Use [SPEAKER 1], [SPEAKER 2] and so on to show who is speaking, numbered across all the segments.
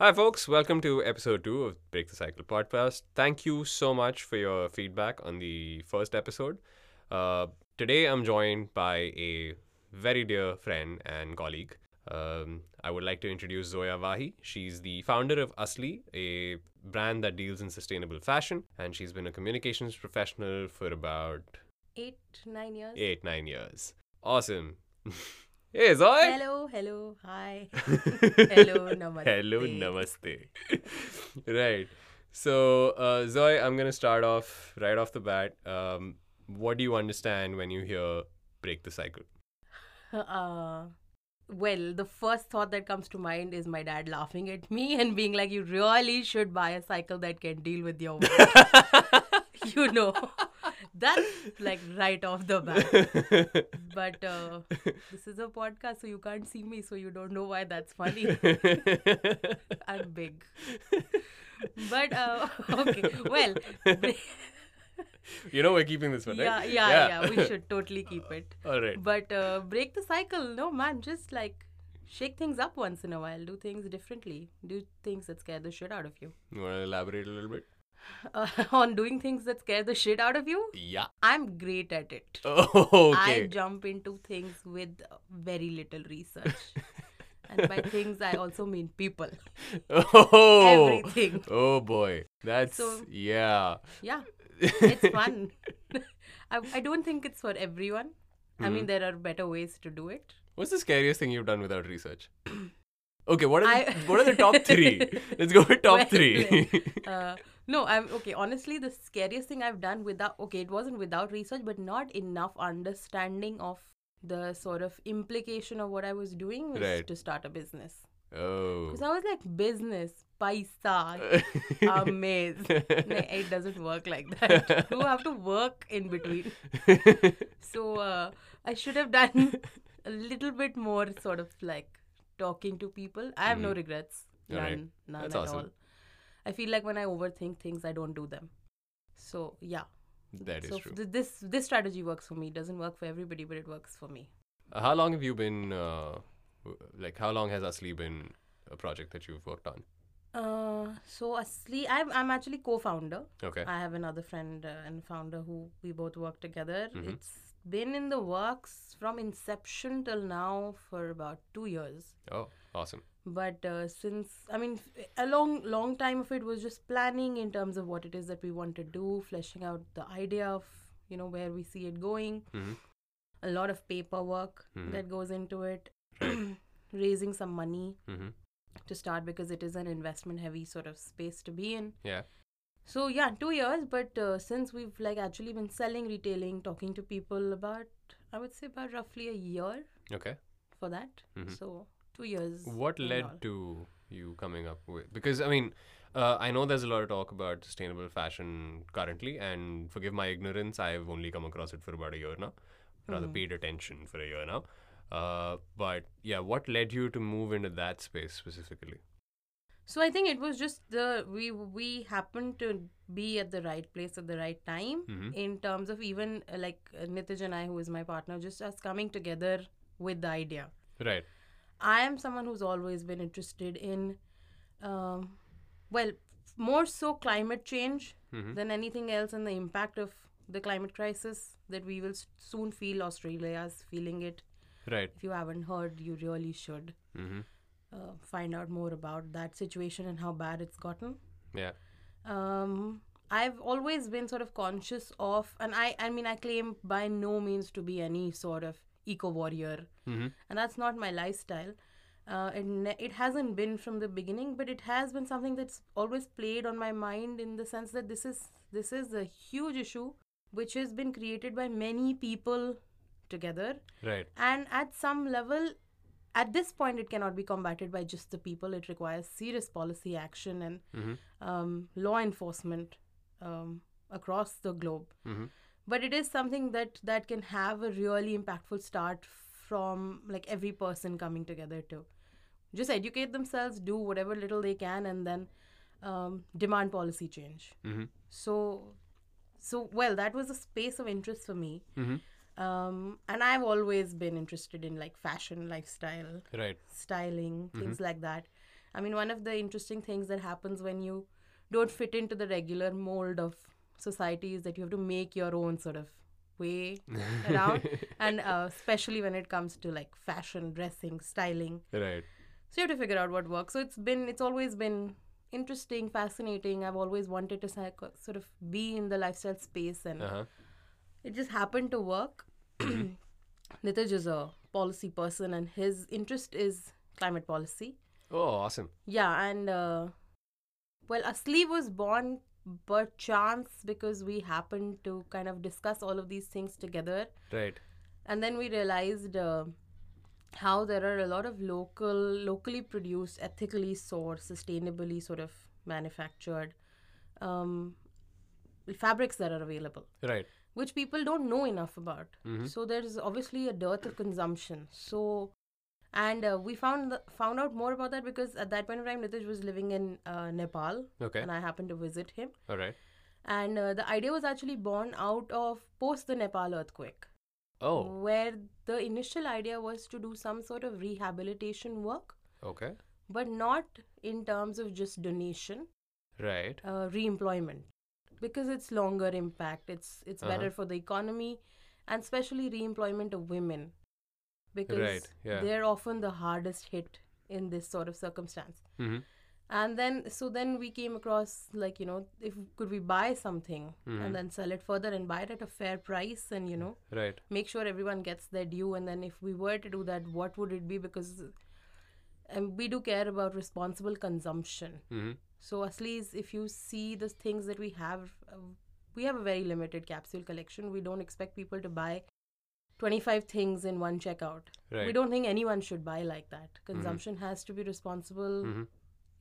[SPEAKER 1] Hi, folks. Welcome to episode two of Break the Cycle podcast. Thank you so much for your feedback on the first episode. Uh, today, I'm joined by a very dear friend and colleague. Um, I would like to introduce Zoya Vahi. She's the founder of Asli, a brand that deals in sustainable fashion, and she's been a communications professional for about
[SPEAKER 2] eight nine years
[SPEAKER 1] eight, nine years. Awesome. hey, Zoya!
[SPEAKER 2] hello hello hi hello namaste
[SPEAKER 1] Hello, namaste. right. So, uh, Zoe, I'm going to start off right off the bat. Um, what do you understand when you hear break the cycle?
[SPEAKER 2] uh, well the first thought that comes to mind is my dad laughing at me and being like you really should buy a cycle that can deal with your weight." you know that's like right off the bat but uh, this is a podcast so you can't see me so you don't know why that's funny i'm big but uh, okay well
[SPEAKER 1] you know, we're keeping this one,
[SPEAKER 2] yeah,
[SPEAKER 1] right?
[SPEAKER 2] yeah yeah we should totally keep it
[SPEAKER 1] All right.
[SPEAKER 2] But uh, break the cycle. No, man, just like shake things up once in a while. Do things differently. Do things that scare the shit out of you.
[SPEAKER 1] You want to elaborate a little bit?
[SPEAKER 2] Uh, on doing things that scare the shit out of you,
[SPEAKER 1] Yeah.
[SPEAKER 2] I'm great at it.
[SPEAKER 1] Oh,
[SPEAKER 2] I
[SPEAKER 1] okay.
[SPEAKER 2] jump into things with very little research. and by things, I also mean people.
[SPEAKER 1] oh.
[SPEAKER 2] Everything.
[SPEAKER 1] Oh, boy. That's,
[SPEAKER 2] So-
[SPEAKER 1] yeah.
[SPEAKER 2] Yeah, it's fun. I, I don't think it's for everyone. I
[SPEAKER 1] Mm-hmm.
[SPEAKER 2] mean, there are better ways to do it.
[SPEAKER 1] What's the scariest thing you've done without research? Okay, what are the,
[SPEAKER 2] I-
[SPEAKER 1] what are the top three? Let's go with top
[SPEAKER 2] Well,
[SPEAKER 1] three.
[SPEAKER 2] uh, no, I'm okay. Honestly, the scariest thing I've done without okay, it wasn't without research, but not enough understanding of the sort of implication of what I was doing was
[SPEAKER 1] Right.
[SPEAKER 2] to start a business.
[SPEAKER 1] oh.
[SPEAKER 2] Because I was like, business, paisa, amaze. no, it doesn't work like that. You have to work in between. So uh, I should have done a little bit more sort of like talking to people. I have no regrets.
[SPEAKER 1] Mm. All
[SPEAKER 2] None.
[SPEAKER 1] right.
[SPEAKER 2] None
[SPEAKER 1] That's
[SPEAKER 2] at
[SPEAKER 1] awesome.
[SPEAKER 2] all. I feel like when I overthink things, I don't do them. So yeah.
[SPEAKER 1] that is
[SPEAKER 2] so
[SPEAKER 1] true.
[SPEAKER 2] th- this this strategy works for me. It doesn't work for everybody, but it works for me.
[SPEAKER 1] Uh, how long have you been, uh, w- like, how long has Asli been a project that you've worked on?
[SPEAKER 2] Uh, so Asli, I'm I'm actually co-founder.
[SPEAKER 1] Okay.
[SPEAKER 2] I have another friend uh, and founder who we both work together. It's been in the works from inception till now for about two years.
[SPEAKER 1] oh, awesome.
[SPEAKER 2] but uh, since i mean f- a long long time of it was just planning in terms of what it is that we want to do fleshing out the idea of you know where we see it going
[SPEAKER 1] Mhm.
[SPEAKER 2] a lot of paperwork
[SPEAKER 1] Mhm.
[SPEAKER 2] that goes into it raising some money
[SPEAKER 1] hmm
[SPEAKER 2] to start because it is an investment heavy sort of space to be in
[SPEAKER 1] Yeah.
[SPEAKER 2] so yeah 2 years but uh, since we've like actually been selling retailing talking to people about i would say about roughly a year
[SPEAKER 1] Okay.
[SPEAKER 2] for that
[SPEAKER 1] Mhm.
[SPEAKER 2] so 2 years
[SPEAKER 1] What
[SPEAKER 2] in
[SPEAKER 1] led
[SPEAKER 2] all.
[SPEAKER 1] to you coming up with? Because I mean, uh, I know there's a lot of talk about sustainable fashion currently, and forgive my ignorance, I've only come across it for about a year now, rather paid attention for a year now. Uh, but yeah, what led you to move into that space specifically?
[SPEAKER 2] So I think it was just the we we happened to be at the right place at the right time
[SPEAKER 1] Mhm.
[SPEAKER 2] in terms of even uh, like uh, Nitij and I, who is my partner, just us coming together with the idea.
[SPEAKER 1] Right.
[SPEAKER 2] I am someone who's always been interested in, um, well, more so climate change than anything else, and the impact of the climate crisis that we will s- soon feel. Australia's feeling it.
[SPEAKER 1] Right.
[SPEAKER 2] If you haven't heard, you really should
[SPEAKER 1] Mm-hmm.
[SPEAKER 2] uh, find out more about that situation and how bad it's gotten.
[SPEAKER 1] Yeah.
[SPEAKER 2] um i've always been sort of conscious of and i i mean i claim by no means to be any sort of eco warrior
[SPEAKER 1] Mhm.
[SPEAKER 2] and that's not my lifestyle uh, it, ne- it hasn't been from the beginning but it has been something that's always played on my mind in the sense that this is this is a huge issue which has been created by many people together
[SPEAKER 1] Right.
[SPEAKER 2] and at some level at this point it cannot be combated by just the people it requires serious policy action and
[SPEAKER 1] Mhm.
[SPEAKER 2] um, law enforcement um, across the globe
[SPEAKER 1] Mhm.
[SPEAKER 2] but it is something that that can have a really impactful start from like every person coming together to just educate themselves do whatever little they can and then um, demand policy change
[SPEAKER 1] Mm-hmm.
[SPEAKER 2] so so well that was a space of interest for me
[SPEAKER 1] Mhm.
[SPEAKER 2] um, and i've always been interested in like fashion lifestyle
[SPEAKER 1] Right.
[SPEAKER 2] styling things like that I mean, one of the interesting things that happens when you don't fit into the regular mold of society is that you have to make your own sort of way around, and uh, especially when it comes to like fashion, dressing, styling.
[SPEAKER 1] right.
[SPEAKER 2] So you have to figure out what works. So it's been, it's always been interesting, fascinating. I've always wanted to psych- sort of be in the lifestyle space, and
[SPEAKER 1] Uh huh.
[SPEAKER 2] it just happened to work. Nitij is a policy person, and his interest is climate policy.
[SPEAKER 1] Oh, awesome.
[SPEAKER 2] Yeah, and uh, well, Asli was born by chance because we happened to kind of discuss all of these things together,
[SPEAKER 1] Right.
[SPEAKER 2] and then we realized uh, how there are a lot of local, locally produced, ethically sourced, sustainably sort of manufactured um, fabrics that are available
[SPEAKER 1] Right.
[SPEAKER 2] which people don't know enough about. So there's obviously a dearth of consumption. So, and uh, we found the, found out more about that because at that point in time, Nitish was living in uh, Nepal,
[SPEAKER 1] Okay.
[SPEAKER 2] and I happened to visit him.
[SPEAKER 1] All right.
[SPEAKER 2] And uh, the idea was actually born out of post the Nepal earthquake,
[SPEAKER 1] Oh.
[SPEAKER 2] where the initial idea was to do some sort of rehabilitation work,
[SPEAKER 1] Okay.
[SPEAKER 2] but not in terms of just donation,
[SPEAKER 1] Right.
[SPEAKER 2] uh, re-employment because it's longer impact it's it's
[SPEAKER 1] Uh-huh.
[SPEAKER 2] better for the economy and especially re-employment of women because
[SPEAKER 1] Right, yeah.
[SPEAKER 2] they're often the hardest hit in this sort of circumstance
[SPEAKER 1] Mm-hmm.
[SPEAKER 2] and then so then we came across like you know if could we buy something
[SPEAKER 1] Mm-hmm.
[SPEAKER 2] and then sell it further and buy it at a fair price and you know
[SPEAKER 1] Right.
[SPEAKER 2] make sure everyone gets their due and then if we were to do that what would it be because and we do care about responsible consumption
[SPEAKER 1] Mm-hmm.
[SPEAKER 2] so Asli's, if you see the things that we have, uh, we have a very limited capsule collection. We don't expect people to buy 25 things in one checkout.
[SPEAKER 1] Right.
[SPEAKER 2] We don't think anyone should buy like that. Consumption has to be responsible.
[SPEAKER 1] Mhm.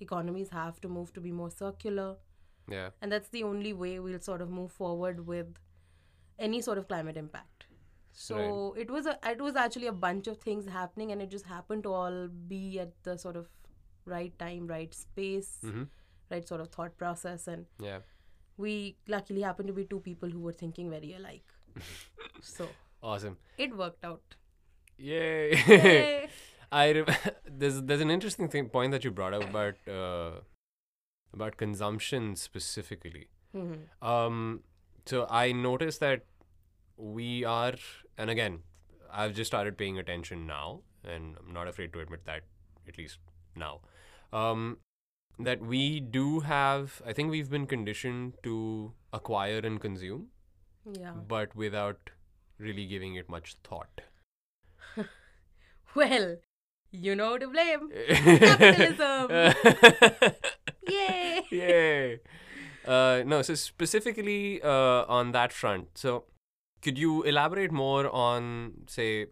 [SPEAKER 2] Economies have to move to be more circular.
[SPEAKER 1] Yeah.
[SPEAKER 2] And that's the only way we'll sort of move forward with any sort of climate impact. So it was a, it was actually a bunch of things happening, and it just happened to all be at the sort of right time, right space,
[SPEAKER 1] Mhm.
[SPEAKER 2] right sort of thought process, and
[SPEAKER 1] Yeah.
[SPEAKER 2] we luckily happened to be two people who were thinking very alike. so
[SPEAKER 1] Awesome.
[SPEAKER 2] it worked out.
[SPEAKER 1] Yay.
[SPEAKER 2] Yay.
[SPEAKER 1] I re- there's there's an interesting thing, point that you brought up about uh, about consumption specifically.
[SPEAKER 2] Mhm.
[SPEAKER 1] Um, so I noticed that we are, and again, I've just started paying attention now, and I'm not afraid to admit that, at least now, um, that we do have. I think we've been conditioned to acquire and consume,
[SPEAKER 2] yeah.
[SPEAKER 1] but without really giving it much thought.
[SPEAKER 2] Well, you know who to blame. Capitalism. Yay.
[SPEAKER 1] Yay. Uh, no, so specifically uh, on that front, so could you elaborate more on, say,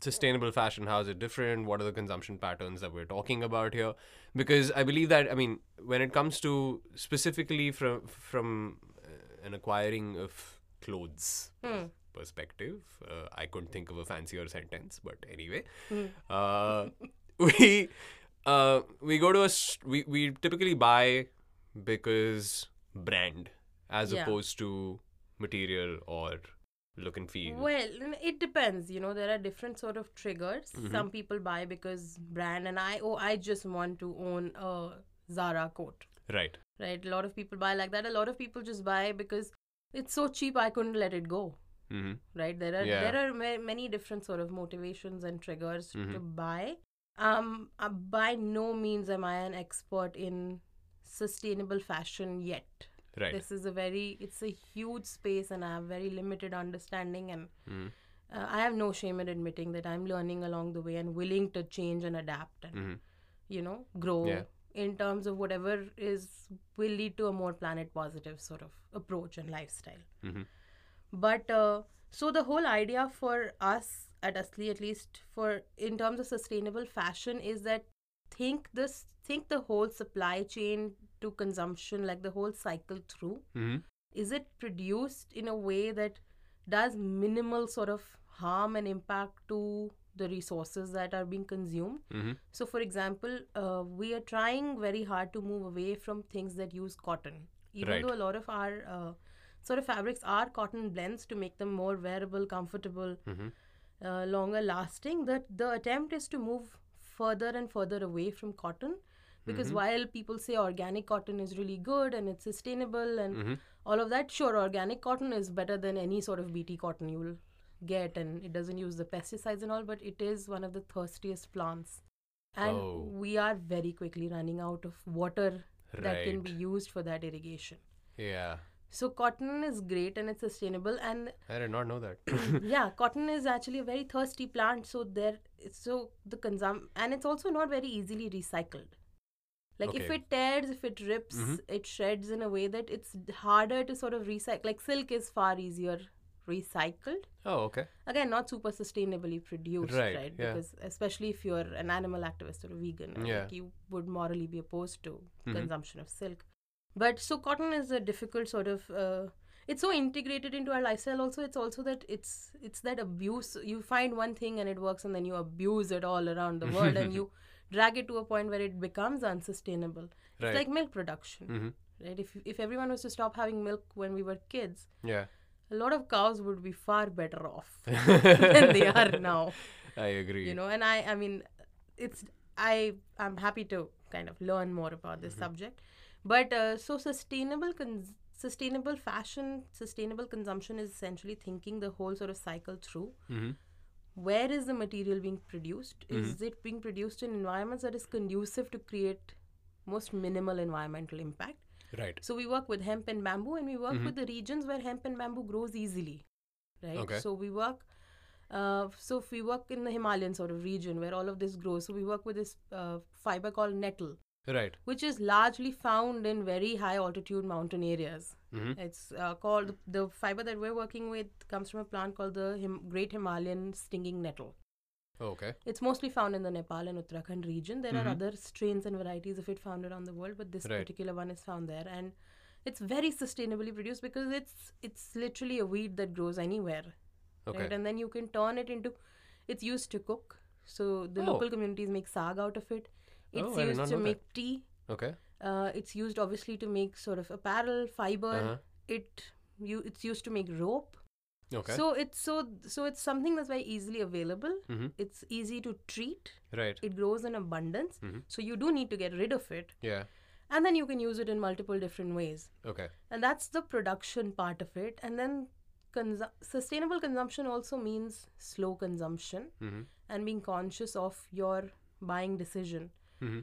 [SPEAKER 1] sustainable fashion? How is it different? What are the consumption patterns that we're talking about here? Because I believe that, I mean, when it comes to specifically from from uh, an acquiring of clothes
[SPEAKER 2] Hmm.
[SPEAKER 1] perspective, uh, I couldn't think of a fancier sentence, but anyway,
[SPEAKER 2] Hmm.
[SPEAKER 1] uh, we uh, we go to a s- we we typically buy because brand as
[SPEAKER 2] Yeah.
[SPEAKER 1] opposed to material or look and feel.
[SPEAKER 2] Well, n- it depends. You know, there are different sort of triggers. Some people buy because brand, and I oh, I just want to own a Zara coat,
[SPEAKER 1] Right.
[SPEAKER 2] right? A lot of people buy like that. A lot of people just buy because it's so cheap. I couldn't let it go,
[SPEAKER 1] hmm
[SPEAKER 2] right? There are
[SPEAKER 1] Yeah.
[SPEAKER 2] there are ma- many different sort of motivations and triggers to buy. Um, uh, by no means am I an expert in sustainable fashion yet.
[SPEAKER 1] Right.
[SPEAKER 2] This is a very it's a huge space, and I have very limited understanding and.
[SPEAKER 1] Mhm.
[SPEAKER 2] Uh, I have no shame in admitting that I'm learning along the way and willing to change and adapt and,
[SPEAKER 1] Mhm.
[SPEAKER 2] you know, grow
[SPEAKER 1] Yeah.
[SPEAKER 2] in terms of whatever is will lead to a more planet positive sort of approach and lifestyle.
[SPEAKER 1] Mhm.
[SPEAKER 2] But uh, so the whole idea for us at Asli, at least for in terms of sustainable fashion, is that think this think the whole supply chain to consumption, like the whole cycle through
[SPEAKER 1] hmm
[SPEAKER 2] is it produced in a way that does minimal sort of harm and impact to the resources that are being consumed
[SPEAKER 1] hmm
[SPEAKER 2] so for example uh, we are trying very hard to move away from things that use cotton even
[SPEAKER 1] Right.
[SPEAKER 2] though a lot of our uh, sort of fabrics are cotton blends to make them more wearable comfortable
[SPEAKER 1] Mhm.
[SPEAKER 2] uh, longer lasting that the attempt is to move further and further away from cotton because while people say organic cotton is really good and it's sustainable and
[SPEAKER 1] Mm-hmm.
[SPEAKER 2] all of that sure organic cotton is better than any sort of bt cotton you'll get and it doesn't use the pesticides and all but it is one of the thirstiest plants and
[SPEAKER 1] Oh.
[SPEAKER 2] we are very quickly running out of water that can
[SPEAKER 1] Right.
[SPEAKER 2] be used for that irrigation
[SPEAKER 1] Yeah.
[SPEAKER 2] so cotton is great and it's sustainable and
[SPEAKER 1] I did not know that.
[SPEAKER 2] yeah cotton is actually a very thirsty plant so there so the consum and it's also not very easily recycled like if
[SPEAKER 1] Okay.
[SPEAKER 2] it tears if it rips it shreds in a way that it's harder to sort of recycle like silk is far easier recycled
[SPEAKER 1] oh, okay.
[SPEAKER 2] again not super sustainably produced right,
[SPEAKER 1] Right, yeah.
[SPEAKER 2] because especially if you're an animal activist or a vegan I think
[SPEAKER 1] Yeah. Mm-hmm.
[SPEAKER 2] you would morally be opposed to consumption of silk but so cotton is a difficult sort of uh, it's so integrated into our lifestyle also it's also that it's it's that abuse you find one thing and it works and then you abuse it all around the world and you drag it to a point where it becomes unsustainable
[SPEAKER 1] Right.
[SPEAKER 2] it's like milk production
[SPEAKER 1] Mhm.
[SPEAKER 2] right if if everyone was to stop having milk when we were kids
[SPEAKER 1] Yeah.
[SPEAKER 2] a lot of cows would be far better off than they are now
[SPEAKER 1] I agree.
[SPEAKER 2] you know and i i mean it's i i'm happy to kind of learn more about this subject but uh, so sustainable cons- sustainable fashion sustainable consumption is essentially thinking the whole sort of cycle through
[SPEAKER 1] Mm-hmm.
[SPEAKER 2] Where is the material being produced is it being produced in environments that is conducive to create most minimal environmental impact
[SPEAKER 1] Right.
[SPEAKER 2] so we work with hemp and bamboo, and we work with the regions where hemp and bamboo grows easily, right?
[SPEAKER 1] Okay.
[SPEAKER 2] So we work. Uh, so if we work in the Himalayan sort of region where all of this grows, so we work with this uh, fiber called nettle,
[SPEAKER 1] Right.
[SPEAKER 2] which is largely found in very high altitude mountain areas.
[SPEAKER 1] Mhm.
[SPEAKER 2] It's uh, called the fiber that we're working with comes from a plant called the Him- Great Himalayan Stinging Nettle.
[SPEAKER 1] Oh, Okay.
[SPEAKER 2] It's mostly found in the Nepal and Uttarakhand region. There are other strains and varieties of it found around the world, but this
[SPEAKER 1] Mm-hmm. Right.
[SPEAKER 2] particular one is found there, and it's very sustainably produced because it's it's literally a weed that grows anywhere,
[SPEAKER 1] Okay.
[SPEAKER 2] right? And then you can turn it into. It's used to cook, so the
[SPEAKER 1] Oh.
[SPEAKER 2] local communities make sag out of it.
[SPEAKER 1] Oh,
[SPEAKER 2] It's
[SPEAKER 1] I did
[SPEAKER 2] used
[SPEAKER 1] not
[SPEAKER 2] to
[SPEAKER 1] know that.
[SPEAKER 2] make tea.
[SPEAKER 1] Okay.
[SPEAKER 2] Uh, it's used obviously to make sort of apparel, fiber.
[SPEAKER 1] Uh-huh.
[SPEAKER 2] It you it's used to make rope.
[SPEAKER 1] Okay.
[SPEAKER 2] So it's so so it's something that's very easily available.
[SPEAKER 1] Mhm.
[SPEAKER 2] It's easy to treat
[SPEAKER 1] right.
[SPEAKER 2] it grows in abundance so you do need to get rid of it
[SPEAKER 1] Yeah.
[SPEAKER 2] and then you can use it in multiple different ways
[SPEAKER 1] Okay.
[SPEAKER 2] and that's the production part of it and then consu- sustainable consumption also means slow consumption
[SPEAKER 1] Mhm.
[SPEAKER 2] and being conscious of your buying decision
[SPEAKER 1] Mhm.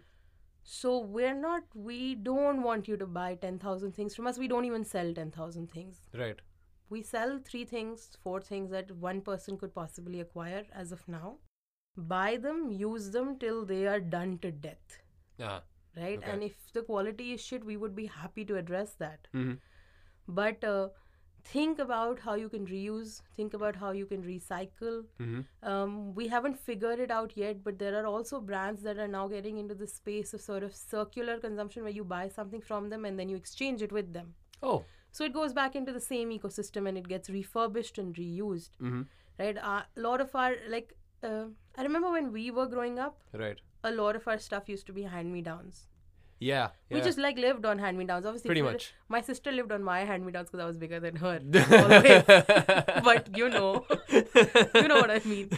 [SPEAKER 2] so we're not we don't want you to buy 10000 things from us we don't even sell 10000 things
[SPEAKER 1] Right.
[SPEAKER 2] we sell three things, four things that one person could possibly acquire as of now. Buy them, use them till they are done to death,
[SPEAKER 1] Ah.
[SPEAKER 2] right?
[SPEAKER 1] Okay.
[SPEAKER 2] And if the quality is shit, we would be happy to address that.
[SPEAKER 1] Mhm.
[SPEAKER 2] But uh, think about how you can reuse, think about how you can recycle.
[SPEAKER 1] Mhm.
[SPEAKER 2] Um, we haven't figured it out yet, but there are also brands that are now getting into the space of sort of circular consumption where you buy something from them and then you exchange it with them.
[SPEAKER 1] Oh.
[SPEAKER 2] So it goes back into the same ecosystem and it gets refurbished and reused,
[SPEAKER 1] Mhm.
[SPEAKER 2] right? A lot of our, like, uh, I remember when we were growing up,
[SPEAKER 1] Right.
[SPEAKER 2] a lot of our stuff used to be hand me downs.
[SPEAKER 1] Yeah.
[SPEAKER 2] We
[SPEAKER 1] yeah.
[SPEAKER 2] just like lived on hand me downs. Obviously,
[SPEAKER 1] Pretty
[SPEAKER 2] if you-
[SPEAKER 1] much.
[SPEAKER 2] My sister lived on my hand me downs because I was bigger than her. always. but you know, you know what I mean.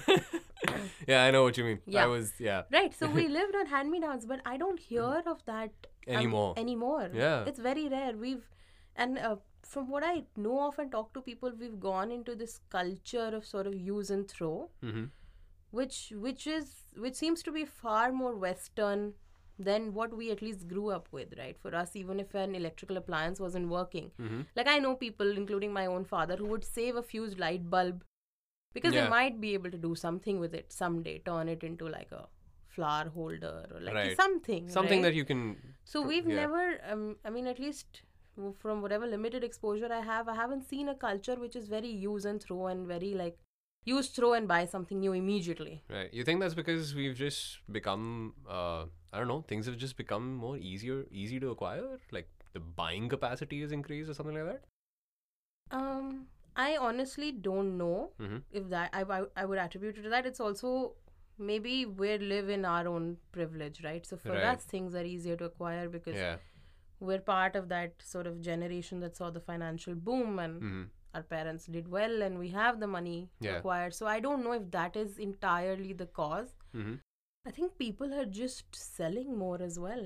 [SPEAKER 1] yeah, I know what you mean.
[SPEAKER 2] Yeah.
[SPEAKER 1] I was yeah.
[SPEAKER 2] Right. So we lived on hand me downs, but I don't hear of that um,
[SPEAKER 1] Anymore.
[SPEAKER 2] anymore.
[SPEAKER 1] Yeah.
[SPEAKER 2] It's very rare. We've, and uh, from what I know of and talk to people, we've gone into this culture of sort of use and throw,
[SPEAKER 1] Mhm.
[SPEAKER 2] which which is which seems to be far more Western than what we at least grew up with, right? For us, even if an electrical appliance wasn't working,
[SPEAKER 1] Mm-hmm.
[SPEAKER 2] like I know people, including my own father, who would save a fused light bulb because they
[SPEAKER 1] Yeah.
[SPEAKER 2] might be able to do something with it someday, turn it into like a flower holder or like
[SPEAKER 1] Right.
[SPEAKER 2] something,
[SPEAKER 1] Something
[SPEAKER 2] right?
[SPEAKER 1] that you can
[SPEAKER 2] So
[SPEAKER 1] Pro-
[SPEAKER 2] we've
[SPEAKER 1] yeah.
[SPEAKER 2] never, um, I mean, at least w- from whatever limited exposure I have, I haven't seen a culture which is very use and throw and very like use, throw, and buy something new immediately.
[SPEAKER 1] right. You think that's because we've just become uh I don't know, things have just become more easier easy to acquire? Like the buying capacity is increased or something like that?
[SPEAKER 2] Um, I honestly don't know
[SPEAKER 1] Mhm.
[SPEAKER 2] if that I, I I would attribute it to that. It's also maybe we live in our own privilege, right? So for
[SPEAKER 1] Right.
[SPEAKER 2] us, things are easier to acquire because
[SPEAKER 1] Yeah.
[SPEAKER 2] we're part of that sort of generation that saw the financial boom and
[SPEAKER 1] Mhm.
[SPEAKER 2] our parents did well and we have the money
[SPEAKER 1] Yeah.
[SPEAKER 2] required. So I don't know if that is entirely the cause.
[SPEAKER 1] Mhm.
[SPEAKER 2] I think people are just selling more as well.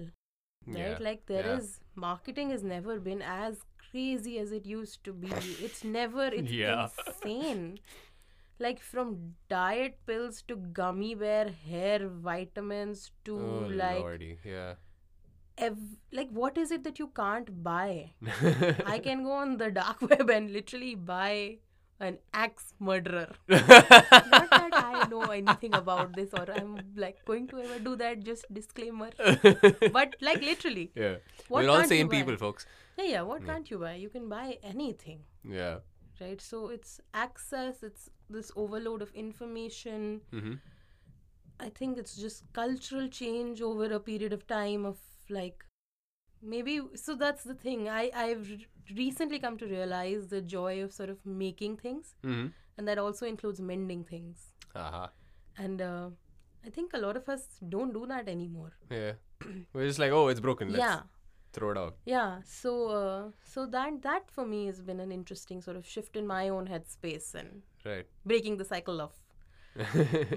[SPEAKER 1] Yeah.
[SPEAKER 2] right like there is
[SPEAKER 1] Yeah.
[SPEAKER 2] marketing has never been as crazy as it used to be it's never it's
[SPEAKER 3] Yeah.
[SPEAKER 2] insane like from diet pills to gummy bear hair vitamins to
[SPEAKER 1] Oh,
[SPEAKER 2] like
[SPEAKER 1] lordy. Yeah.
[SPEAKER 2] ev- like what is it that you can't buy i can go on the dark web and literally buy an axe murderer not that I know anything about this or I'm like going to ever do that, just disclaimer. But like literally.
[SPEAKER 1] yeah.
[SPEAKER 2] What
[SPEAKER 1] We're all
[SPEAKER 2] can't you
[SPEAKER 1] same
[SPEAKER 2] buy?
[SPEAKER 1] people, folks.
[SPEAKER 2] Yeah, yeah, what can't you buy? You can buy anything.
[SPEAKER 1] Yeah.
[SPEAKER 2] Right? So it's access, it's this overload of information.
[SPEAKER 1] Mm-hmm.
[SPEAKER 2] I think it's just cultural change over a period of time of like maybe so that's the thing. I, I've r- recently come to realize the joy of sort of making things
[SPEAKER 1] Mm-hmm.
[SPEAKER 2] and that also includes mending things.
[SPEAKER 1] Uh-huh.
[SPEAKER 2] and uh, i think a lot of us don't do that anymore
[SPEAKER 1] Yeah. We're just like, oh, it's broken. Let's
[SPEAKER 2] yeah
[SPEAKER 1] throw it out.
[SPEAKER 2] yeah so uh, so that that for me has been an interesting sort of shift in my own headspace and
[SPEAKER 1] Right.
[SPEAKER 2] breaking the cycle of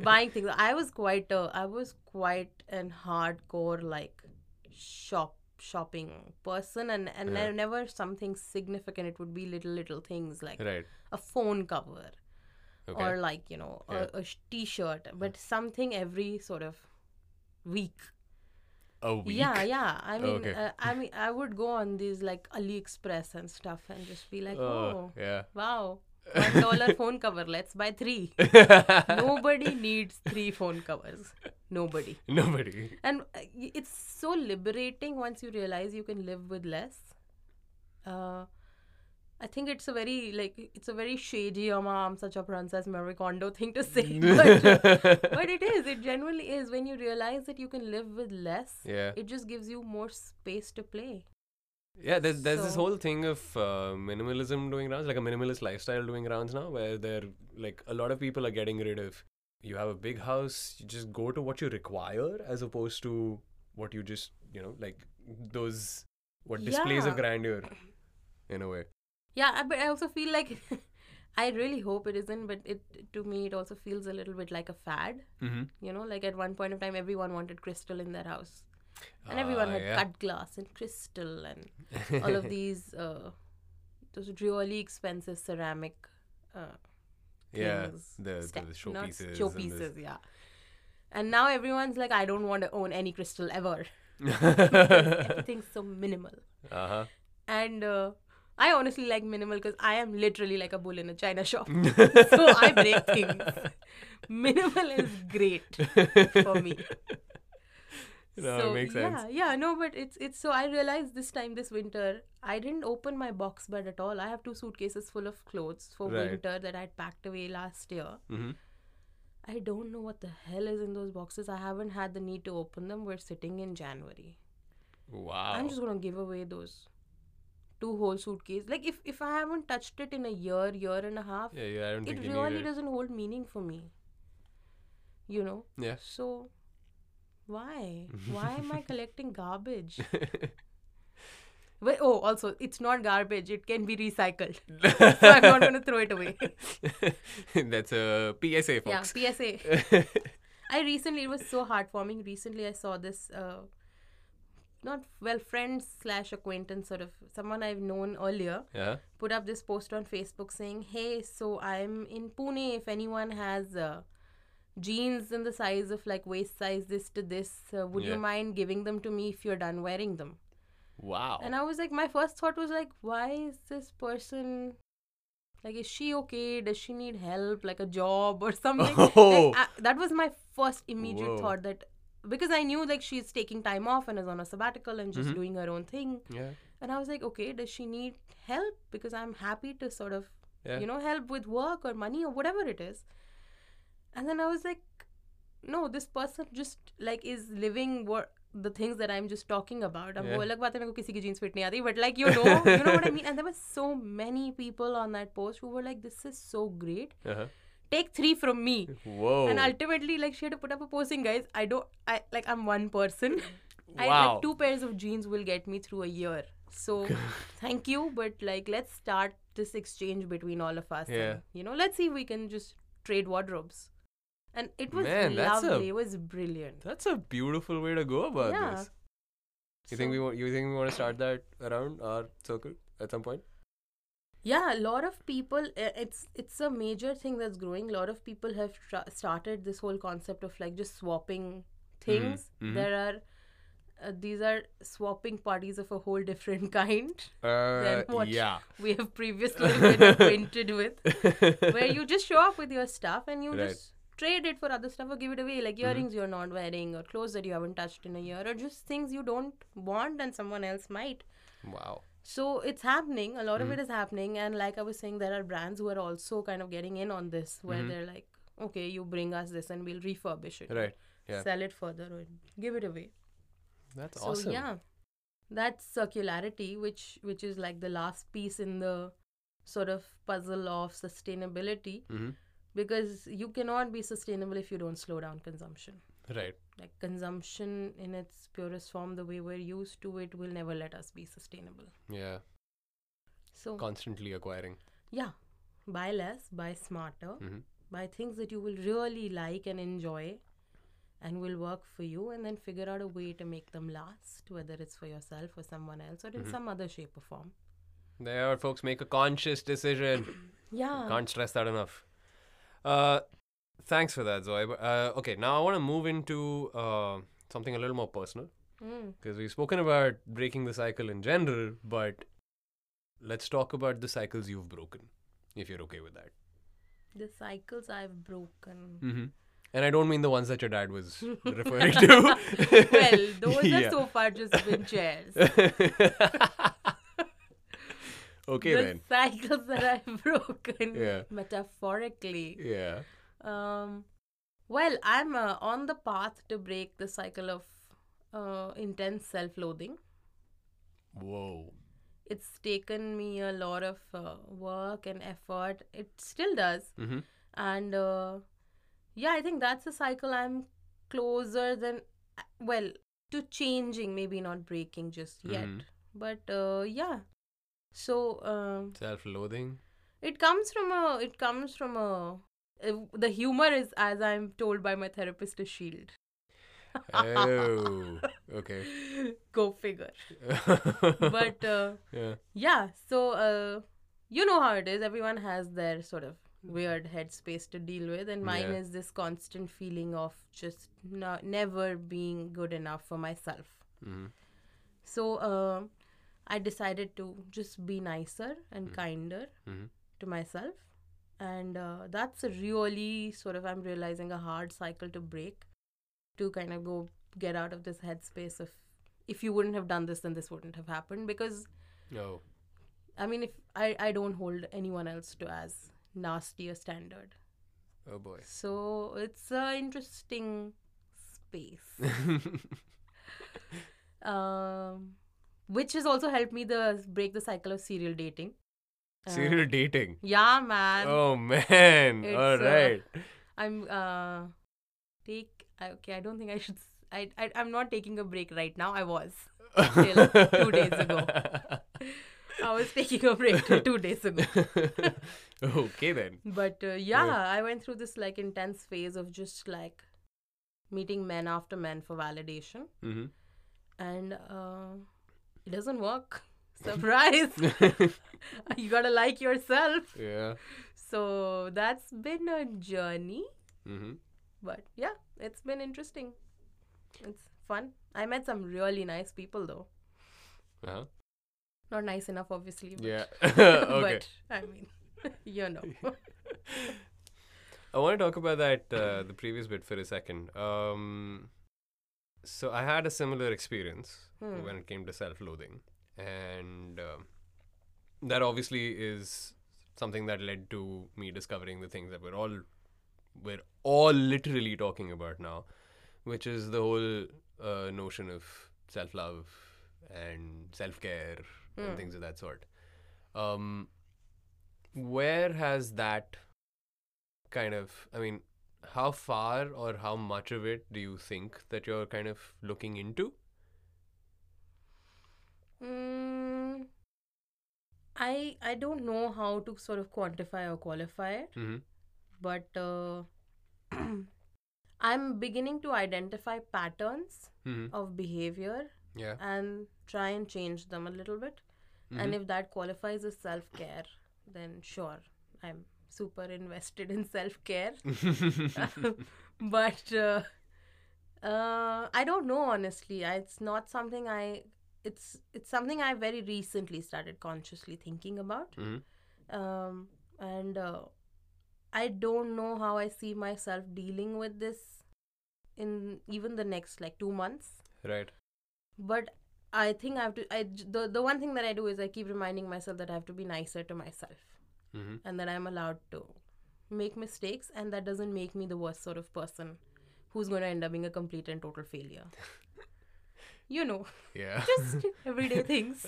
[SPEAKER 2] buying things i was quite uh, i was quite an hardcore like shop shopping person and and
[SPEAKER 1] Yeah.
[SPEAKER 2] whenever something significant it would be little little things like
[SPEAKER 1] right.
[SPEAKER 2] a phone cover
[SPEAKER 1] Okay.
[SPEAKER 2] or like you know a
[SPEAKER 1] Yeah. Mm.
[SPEAKER 2] a, a t-shirt but something every sort of week
[SPEAKER 1] a week.
[SPEAKER 2] Yeah, yeah. I mean,
[SPEAKER 1] Okay.
[SPEAKER 2] uh, I mean, I would go on these like AliExpress and stuff and just be like,
[SPEAKER 1] Oh,
[SPEAKER 2] oh,
[SPEAKER 1] yeah.
[SPEAKER 2] wow, one dollar phone cover. Let's buy three. Nobody needs three phone covers. Nobody.
[SPEAKER 1] Nobody.
[SPEAKER 2] And uh, y- it's so liberating once you realize you can live with less. Uh, I think it's a very like it's a very shady "Oh, ma, I'm such a princess Marie Kondo thing to say, but, uh, but it is. It genuinely is when you realize that you can live with less
[SPEAKER 1] Yeah.
[SPEAKER 2] it just gives you more space to play
[SPEAKER 1] Yeah, there's, there's this
[SPEAKER 2] So-
[SPEAKER 1] whole thing of uh, minimalism doing rounds, like a minimalist lifestyle doing rounds now, where they're like a lot of people are getting rid of. You have a big house, you just go to what you require as opposed to what you just, you know, like those what displays of
[SPEAKER 2] Yeah.
[SPEAKER 1] grandeur in a way.
[SPEAKER 2] yeah I- but i also feel like i really hope it isn't but it to me it also feels a little bit like a fad
[SPEAKER 1] Mm-hmm.
[SPEAKER 2] you know like at one point of time everyone wanted crystal in their house and everyone
[SPEAKER 1] Ah,
[SPEAKER 2] had cut glass and crystal and all of these uh, those really expensive ceramic uh,
[SPEAKER 1] yeah,
[SPEAKER 2] things,
[SPEAKER 1] the, the,
[SPEAKER 2] step-
[SPEAKER 1] the showpieces.
[SPEAKER 2] not
[SPEAKER 1] and
[SPEAKER 2] showpieces yeah and now everyone's like i don't want to own any crystal ever
[SPEAKER 1] this-
[SPEAKER 2] everything's so minimal
[SPEAKER 1] uh-huh.
[SPEAKER 2] and uh, I honestly like minimal because I am literally like a bull in a china shop. so I break things. Minimal is great for me.
[SPEAKER 1] No, it
[SPEAKER 2] so,
[SPEAKER 1] makes
[SPEAKER 2] yeah,
[SPEAKER 1] sense.
[SPEAKER 2] yeah, no, but it's it's so I realized this time this winter I didn't open my box bed at all. I have two suitcases full of clothes for
[SPEAKER 1] Right.
[SPEAKER 2] winter that I'd packed away last year.
[SPEAKER 1] Mm-hmm.
[SPEAKER 2] I don't know what the hell is in those boxes. I haven't had the need to open them. We're sitting in January.
[SPEAKER 1] Wow.
[SPEAKER 2] I'm just gonna give away those two whole suitcase. Like if if I haven't touched it in a year, year and a half,
[SPEAKER 1] yeah, yeah, I don't
[SPEAKER 2] it
[SPEAKER 1] think you
[SPEAKER 2] really
[SPEAKER 1] need it.
[SPEAKER 2] doesn't hold meaning for me. You know.
[SPEAKER 1] Yeah.
[SPEAKER 2] So why why am I collecting garbage? Well, oh, also it's not garbage. It can be recycled. so I'm not gonna throw it away.
[SPEAKER 1] That's a PSA,
[SPEAKER 2] yeah.
[SPEAKER 1] folks.
[SPEAKER 2] PSA. I recently it was so heartwarming. Recently, I saw this uh, not well friend slash acquaintance sort of someone I've known earlier
[SPEAKER 1] yeah.
[SPEAKER 2] put up this post on Facebook saying, "Hey, so I'm in Pune. If anyone has uh, jeans in the size of like waist size this to this, uh, would you
[SPEAKER 1] Yeah.
[SPEAKER 2] mind giving them to me if you're done wearing them?"
[SPEAKER 1] Wow.
[SPEAKER 2] And I was like, my first thought was like, why is this person like, is she okay? Does she need help, like a job or something? Like,
[SPEAKER 1] Oh.
[SPEAKER 2] I- that was my first immediate
[SPEAKER 1] Whoa.
[SPEAKER 2] thought that because I knew like she's taking time off and is on a sabbatical and just
[SPEAKER 1] Mhm.
[SPEAKER 2] doing her own thing.
[SPEAKER 1] yeah.
[SPEAKER 2] And I was like, okay, does she need help? Because I'm happy to sort of,
[SPEAKER 1] Yeah.
[SPEAKER 2] you know, help with work or money or whatever it is. And then I was like, no, this person just like is living what the things that I'm just talking about. अब वो
[SPEAKER 1] Yeah.
[SPEAKER 2] अलग बात है मेरे को किसी की jeans fit नहीं आती, but like you know, you know what I mean. And there were so many people on that post who were like, this is so great.
[SPEAKER 1] Uh-huh.
[SPEAKER 2] Take three from me.
[SPEAKER 1] Whoa.
[SPEAKER 2] And ultimately, like she had to put up a posting, guys. I don't, I like I'm one person. I,
[SPEAKER 1] Wow.
[SPEAKER 2] like two pairs of jeans will get me through a year. So, thank you, but like let's start this exchange between all of us.
[SPEAKER 1] Yeah.
[SPEAKER 2] and, you know, let's see if we can just trade wardrobes. And it was
[SPEAKER 1] Man, that's a-
[SPEAKER 2] lovely. It was brilliant.
[SPEAKER 1] That's a beautiful way to go about
[SPEAKER 2] Yeah.
[SPEAKER 1] this. You think
[SPEAKER 2] So-
[SPEAKER 1] we want? You think we want to start that around our circle at some point?
[SPEAKER 2] yeah a lot of people i- it's it's a major thing that's growing a lot of people have tra- started this whole concept of like just swapping things
[SPEAKER 1] mhm.
[SPEAKER 2] there are uh, these are swapping parties of a whole different kind
[SPEAKER 1] Uh,
[SPEAKER 2] what?
[SPEAKER 1] yeah.
[SPEAKER 2] we have previously been acquainted with where you just show up with your stuff and you
[SPEAKER 1] Right.
[SPEAKER 2] just trade it for other stuff or give it away like earrings you're not wearing or clothes that you haven't touched in a year or just things you don't want and someone else might
[SPEAKER 1] wow.
[SPEAKER 2] so it's happening a lot of it
[SPEAKER 1] Mm.
[SPEAKER 2] is happening and like i was saying there are brands who are also kind of getting in on this where they're like okay you bring us this and we'll refurbish it
[SPEAKER 1] Mm-hmm. Right. Yeah.
[SPEAKER 2] sell it further or give it away
[SPEAKER 1] That's
[SPEAKER 2] so
[SPEAKER 1] awesome.
[SPEAKER 2] yeah that's circularity which which is like the last piece in the sort of puzzle of sustainability
[SPEAKER 1] Mhm.
[SPEAKER 2] because you cannot be sustainable if you don't slow down consumption
[SPEAKER 1] Right.
[SPEAKER 2] like consumption in its purest form the way we're used to it will never let us be sustainable
[SPEAKER 1] Yeah.
[SPEAKER 2] so
[SPEAKER 1] Constantly acquiring.
[SPEAKER 2] yeah buy less buy smarter
[SPEAKER 1] Mhm.
[SPEAKER 2] buy things that you will really like and enjoy and will work for you and then figure out a way to make them last whether it's for yourself or someone else or
[SPEAKER 1] Mm-hmm.
[SPEAKER 2] in some other shape or form
[SPEAKER 1] There, folks, make a conscious decision.
[SPEAKER 2] yeah
[SPEAKER 1] Can't stress that enough. Uh, thanks for that, Zoe. Uh, okay, now I want to move into uh, something a little more personal
[SPEAKER 2] Mm.
[SPEAKER 1] because we've spoken about breaking the cycle in general, but let's talk about the cycles you've broken, if you're okay with that.
[SPEAKER 2] the cycles i've broken
[SPEAKER 1] Mm-hmm. And I don't mean the ones that your dad was referring to.
[SPEAKER 2] well those
[SPEAKER 1] Yeah.
[SPEAKER 2] are so far just been chairs
[SPEAKER 1] okay
[SPEAKER 2] the
[SPEAKER 1] then.
[SPEAKER 2] cycles that i've broken
[SPEAKER 1] Yeah.
[SPEAKER 2] metaphorically
[SPEAKER 1] Yeah.
[SPEAKER 2] Um, well, I'm uh, on the path to break the cycle of uh, intense self loathing.
[SPEAKER 1] Whoa.
[SPEAKER 2] It's taken me a lot of uh, work and effort. It still does.
[SPEAKER 1] Mm-hmm.
[SPEAKER 2] And uh, yeah, I think that's a cycle I'm closer than, well, to changing, maybe not breaking just yet.
[SPEAKER 1] Mhm.
[SPEAKER 2] But uh, yeah. So um,
[SPEAKER 1] Self-loathing.
[SPEAKER 2] it comes from a, it comes from a, uh, the humor is, as I'm told by my therapist, a shield.
[SPEAKER 1] Oh. Okay.
[SPEAKER 2] go figure
[SPEAKER 1] but
[SPEAKER 2] but uh,
[SPEAKER 1] yeah.
[SPEAKER 2] yeah so uh, you know how it is everyone has their sort of weird headspace to deal with and mine
[SPEAKER 1] Yeah.
[SPEAKER 2] is this constant feeling of just no, never being good enough for myself
[SPEAKER 1] Mm-hmm.
[SPEAKER 2] so uh, i decided to just be nicer and kinder
[SPEAKER 1] Mhm.
[SPEAKER 2] to myself and uh, that's a really sort of i'm realizing a hard cycle to break to kind of go get out of this headspace of if you wouldn't have done this then this wouldn't have happened because
[SPEAKER 1] No.
[SPEAKER 2] i mean if i, I don't hold anyone else to as nasty a standard
[SPEAKER 1] Oh boy.
[SPEAKER 2] so it's a interesting space um, which has also helped me the break the cycle of serial dating. Uh,
[SPEAKER 1] Serial dating.
[SPEAKER 2] Yeah, man.
[SPEAKER 1] Oh man.
[SPEAKER 2] it's,
[SPEAKER 1] All
[SPEAKER 2] uh,
[SPEAKER 1] right.
[SPEAKER 2] I'm uh, take I- okay. I don't think I should. s- I, I I'm not taking a break right now. I was. till two days ago. I was taking a break till two days ago.
[SPEAKER 1] okay then.
[SPEAKER 2] But uh, yeah, I went through this like intense phase of just like meeting men after men for validation,
[SPEAKER 1] Mm-hmm.
[SPEAKER 2] and uh, it doesn't work. Surprise! you gotta like yourself.
[SPEAKER 1] yeah.
[SPEAKER 2] So that's been a journey,
[SPEAKER 1] Mm-hmm.
[SPEAKER 2] but yeah, it's been interesting. It's fun. I met some really nice people though.
[SPEAKER 1] Uh-huh.
[SPEAKER 2] Not nice enough, obviously. But,
[SPEAKER 1] Yeah. okay.
[SPEAKER 2] but I mean, you know.
[SPEAKER 1] I want to talk about that uh, the previous bit for a second. Um, so I had a similar experience
[SPEAKER 2] Hmm.
[SPEAKER 1] when it came to self-loathing, and um that obviously is something that led to me discovering the things that we're all we're all literally talking about now, which is the whole uh, notion of self-love and self-care and things of that sort. Um, where has that kind of i mean how far or how much of it do you think that you're kind of looking into
[SPEAKER 2] Mm, I I don't know how to sort of quantify or qualify it,
[SPEAKER 1] mm-hmm.
[SPEAKER 2] but uh, I'm beginning to identify patterns
[SPEAKER 1] Mm-hmm.
[SPEAKER 2] of behavior
[SPEAKER 1] Yeah.
[SPEAKER 2] and try and change them a little bit. And if that qualifies as self care, then sure, I'm super invested in self care. but uh, uh, I don't know honestly. I, it's not something I. It's it's something I very recently started consciously thinking about,
[SPEAKER 1] Mhm.
[SPEAKER 2] um, and uh, I don't know how I see myself dealing with this in even the next like two months.
[SPEAKER 1] right.
[SPEAKER 2] But I think I have to. I j- the the one thing that I do is I keep reminding myself that I have to be nicer to myself
[SPEAKER 1] hmm
[SPEAKER 2] and that I'm allowed to make mistakes, and that doesn't make me the worst sort of person who's going to end up being a complete and total failure. you know,
[SPEAKER 1] Yeah. Mm-hmm.
[SPEAKER 2] just everyday things.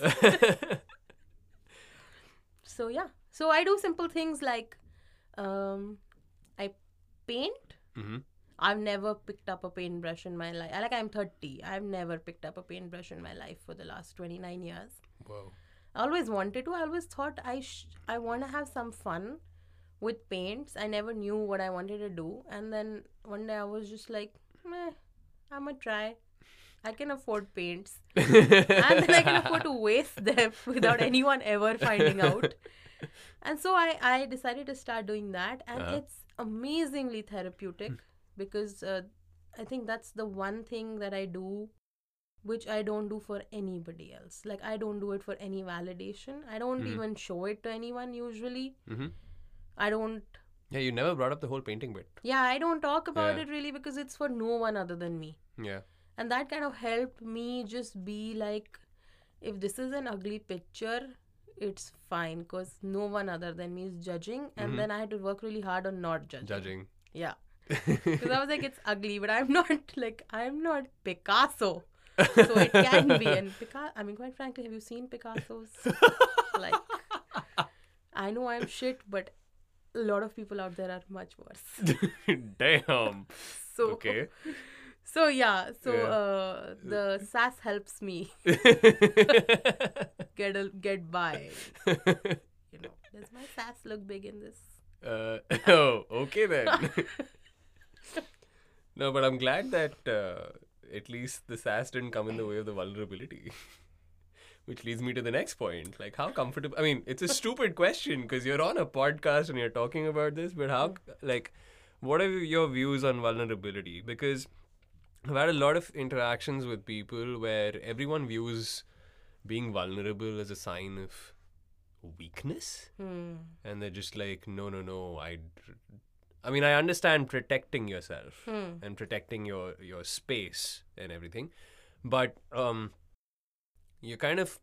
[SPEAKER 2] So, yeah. So, I do simple things like um, I paint.
[SPEAKER 1] Mhm.
[SPEAKER 2] I've never picked up a paintbrush in my life. Like, I'm 30. I've never picked up a paintbrush in my life for the last 29 years.
[SPEAKER 1] Whoa.
[SPEAKER 2] I always wanted to. I always thought I sh- I want to have some fun with paints. I never knew what I wanted to do, and then one day I was just like, Meh, I'm gonna try. I can afford paints,
[SPEAKER 1] Mm-hmm.
[SPEAKER 2] and then I can afford to waste them without anyone ever finding out. And so I I decided to start doing that, and
[SPEAKER 1] Uh-huh. Hmm.
[SPEAKER 2] it's amazingly therapeutic because uh, I think that's the one thing that I do which I don't do for anybody else. Like I don't do it for any validation. I don't
[SPEAKER 1] Mhm.
[SPEAKER 2] even show it to anyone usually.
[SPEAKER 1] hmm
[SPEAKER 2] I don't
[SPEAKER 1] Yeah, you never brought up the whole painting bit.
[SPEAKER 2] yeah, I don't talk about
[SPEAKER 1] Yeah.
[SPEAKER 2] it really because it's for no one other than me.
[SPEAKER 1] Yeah.
[SPEAKER 2] And that kind of helped me just be like if this is an ugly picture, it's fine because no one other than me is judging and
[SPEAKER 1] Mhm.
[SPEAKER 2] then I had to work really hard on not judging.
[SPEAKER 1] Judging.
[SPEAKER 2] Yeah. Because I was like, it's ugly, but I'm not like I'm not Picasso. So it can be. And Picasso I mean quite frankly, have you seen Picasso's like I know I'm shit, but a lot of people out there are much worse.
[SPEAKER 1] Damn.
[SPEAKER 2] So
[SPEAKER 1] Okay.
[SPEAKER 2] So yeah. So
[SPEAKER 1] Yeah.
[SPEAKER 2] uh the sass helps me get a, get by. You know. Does my sass look big in this?
[SPEAKER 1] Uh, oh, okay then. no, but I'm glad that uh, at least the sass didn't come in the way of the vulnerability. Which leads me to the next point. Like, how comfortable? I mean, it's a stupid question because you're on a podcast and you're talking about this, but how, like, what are your views on vulnerability? Because I've had a lot of interactions with people where everyone views being vulnerable as a sign of weakness
[SPEAKER 2] Hmm.
[SPEAKER 1] and they're just like no no no i i mean i understand protecting yourself
[SPEAKER 2] Hmm.
[SPEAKER 1] and protecting your your space and everything but um you kind of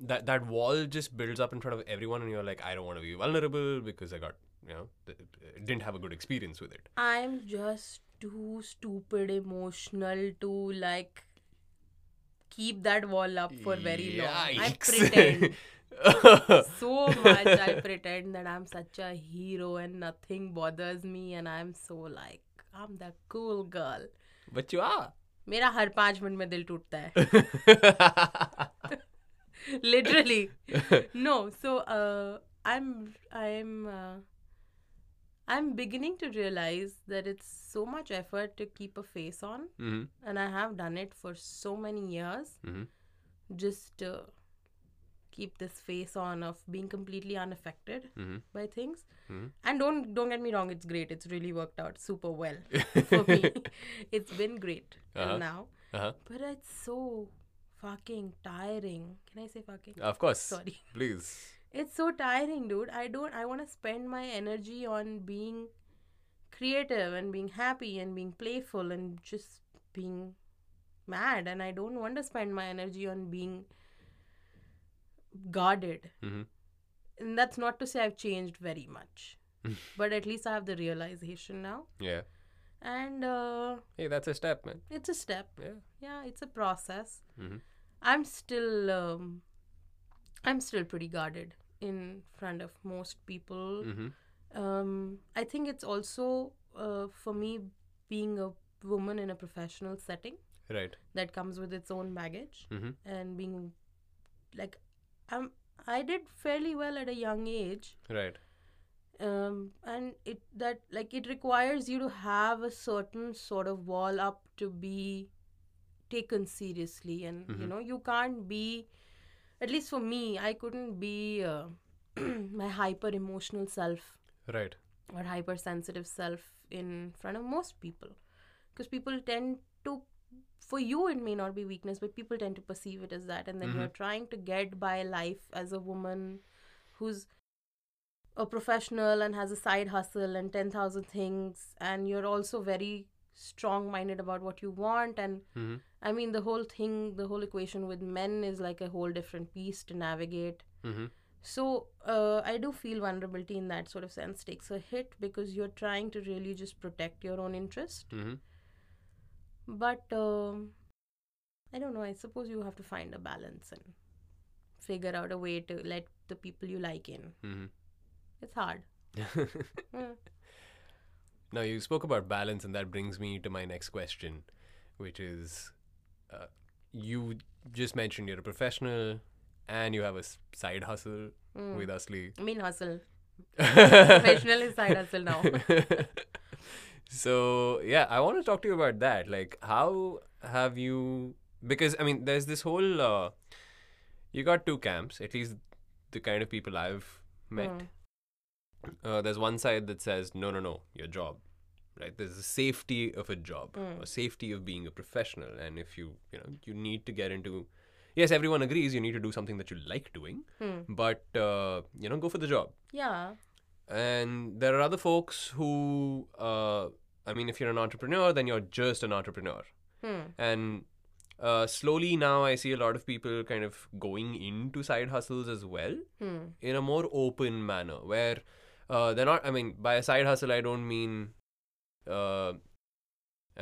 [SPEAKER 1] that that wall just builds up in front of everyone and you're like i don't want to be vulnerable because i got you know th- didn't have a good experience with it
[SPEAKER 2] I'm just too stupid emotional to like keep that wall up for very long. I
[SPEAKER 1] Yikes.
[SPEAKER 2] pretend. so much I pretend that I'm such a hero and nothing bothers me and I'm so like I'm the cool girl.
[SPEAKER 1] but you are
[SPEAKER 2] मेरा हर पांच minute में दिल टूटता है
[SPEAKER 1] Mm-hmm,
[SPEAKER 2] literally no so uh, i'm i'm uh, i'm beginning to realize that it's so much effort to keep a face on
[SPEAKER 1] hmm
[SPEAKER 2] and i have done it for so many years
[SPEAKER 1] hmm
[SPEAKER 2] just to keep this face on of being completely unaffected
[SPEAKER 1] Mhm.
[SPEAKER 2] by things
[SPEAKER 1] Mhm.
[SPEAKER 2] and don't don't get me wrong it's great it's really worked out super well for me it's been great
[SPEAKER 1] Uh-huh.
[SPEAKER 2] till now
[SPEAKER 1] Uh-huh.
[SPEAKER 2] but it's so fucking tiring can i say fucking
[SPEAKER 1] Of course.
[SPEAKER 2] Sorry.
[SPEAKER 1] Please.
[SPEAKER 2] It's so tiring, dude. I don't. I want to spend my energy on being creative and being happy and being playful and just being mad. And I don't want to spend my energy on being guarded.
[SPEAKER 1] Mm-hmm.
[SPEAKER 2] And that's not to say I've changed very much, but at least I have the realization now.
[SPEAKER 1] Yeah.
[SPEAKER 2] And uh,
[SPEAKER 1] Hey, that's a step, man.
[SPEAKER 2] it's a step.
[SPEAKER 1] Yeah.
[SPEAKER 2] Yeah, it's a process.
[SPEAKER 1] Mhm.
[SPEAKER 2] I'm still, um, I'm still pretty guarded in front of most people.
[SPEAKER 1] Mm-hmm.
[SPEAKER 2] um, I think it's also uh, for me being a woman in a professional setting
[SPEAKER 1] Right.
[SPEAKER 2] that comes with its own baggage
[SPEAKER 1] Mm-hmm.
[SPEAKER 2] and being like I'm I did fairly well at a young age
[SPEAKER 1] Right.
[SPEAKER 2] um, and it that like it requires you to have a certain sort of wall up to be taken seriously and you know you can't be at least for me i couldn't be uh, my hyper emotional self
[SPEAKER 1] Right.
[SPEAKER 2] or hypersensitive self in front of most people because people tend to for you it may not be weakness but people tend to perceive it as that and then you're trying to get by life as a woman who's a professional and has a side hustle and 10,000 things and you're also very strong minded about what you want and
[SPEAKER 1] Mhm.
[SPEAKER 2] i mean the whole thing the whole equation with men is like a whole different piece to navigate
[SPEAKER 1] Mm-hmm.
[SPEAKER 2] so uh, I do feel vulnerability in that sort of sense takes a hit because you're trying to really just protect your own interest.
[SPEAKER 1] Mm-hmm.
[SPEAKER 2] But um, I don't know. I suppose you have to find a balance and figure out a way to let the people you like in.
[SPEAKER 1] Mm-hmm.
[SPEAKER 2] It's hard. Mm.
[SPEAKER 1] now you spoke about balance, and that brings me to my next question, which is, uh, you just mentioned you're a professional, and you have a s- side hustle with Asli.
[SPEAKER 2] I mean, hustle.
[SPEAKER 1] Mm. professional
[SPEAKER 2] Professional is side hustle now.
[SPEAKER 1] so yeah, I want to talk to you about that. Like, how have you? Because I mean, there's this whole. Uh, you got two camps, at least the kind of people I've met. Uh, there's one side that says, no, no, no, your job, right? There's the safety of a job, or safety of being a professional, and if you, you know, you need to get into. Yes, everyone agrees you need to do something that you like doing, but uh, you know, go for the job
[SPEAKER 2] Hmm. yeah.
[SPEAKER 1] and there are other folks who uh, i mean if you're an entrepreneur then you're just an entrepreneur
[SPEAKER 2] Hmm.
[SPEAKER 1] and uh, slowly now i see a lot of people kind of going into side hustles as well
[SPEAKER 2] Hmm.
[SPEAKER 1] in a more open manner where uh, they're not i mean by a side hustle i don't mean uh,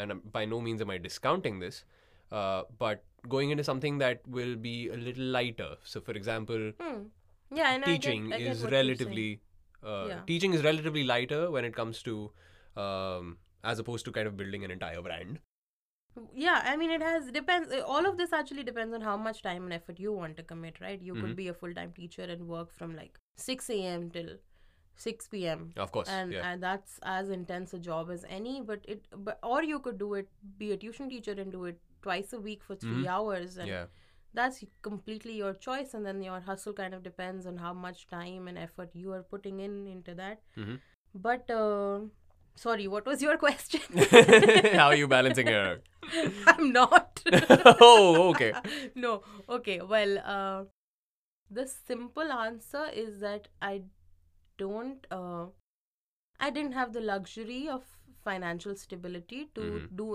[SPEAKER 1] and um, by no means am i discounting this uh, but going into something that will be a little lighter so for example
[SPEAKER 2] Hmm. Yeah. And
[SPEAKER 1] teaching
[SPEAKER 2] I get, I
[SPEAKER 1] is
[SPEAKER 2] get what you're saying.
[SPEAKER 1] relatively uh,
[SPEAKER 2] Yeah.
[SPEAKER 1] teaching is relatively lighter when it comes to um, as opposed to kind of building an entire brand
[SPEAKER 2] yeah i mean it has depends uh, all of this actually depends on how much time and effort you want to commit right you
[SPEAKER 1] Mm-hmm.
[SPEAKER 2] could be a full-time teacher and work from like 6 a.m till 6 p.m
[SPEAKER 1] of course
[SPEAKER 2] and,
[SPEAKER 1] yeah
[SPEAKER 2] and that's as intense a job as any but it but or you could do it be a tuition teacher and do it twice a week for 3 hours and
[SPEAKER 1] Mm-hmm. yeah
[SPEAKER 2] that's completely your choice and then your hustle kind of depends on how much time and effort you are putting in into that
[SPEAKER 1] Mhm.
[SPEAKER 2] but uh, sorry what was your question
[SPEAKER 1] how are you balancing it
[SPEAKER 2] i'm not
[SPEAKER 1] out? oh okay
[SPEAKER 2] no okay well uh, the simple answer is that i don't uh, i didn't have the luxury of financial stability to
[SPEAKER 1] Mhm.
[SPEAKER 2] do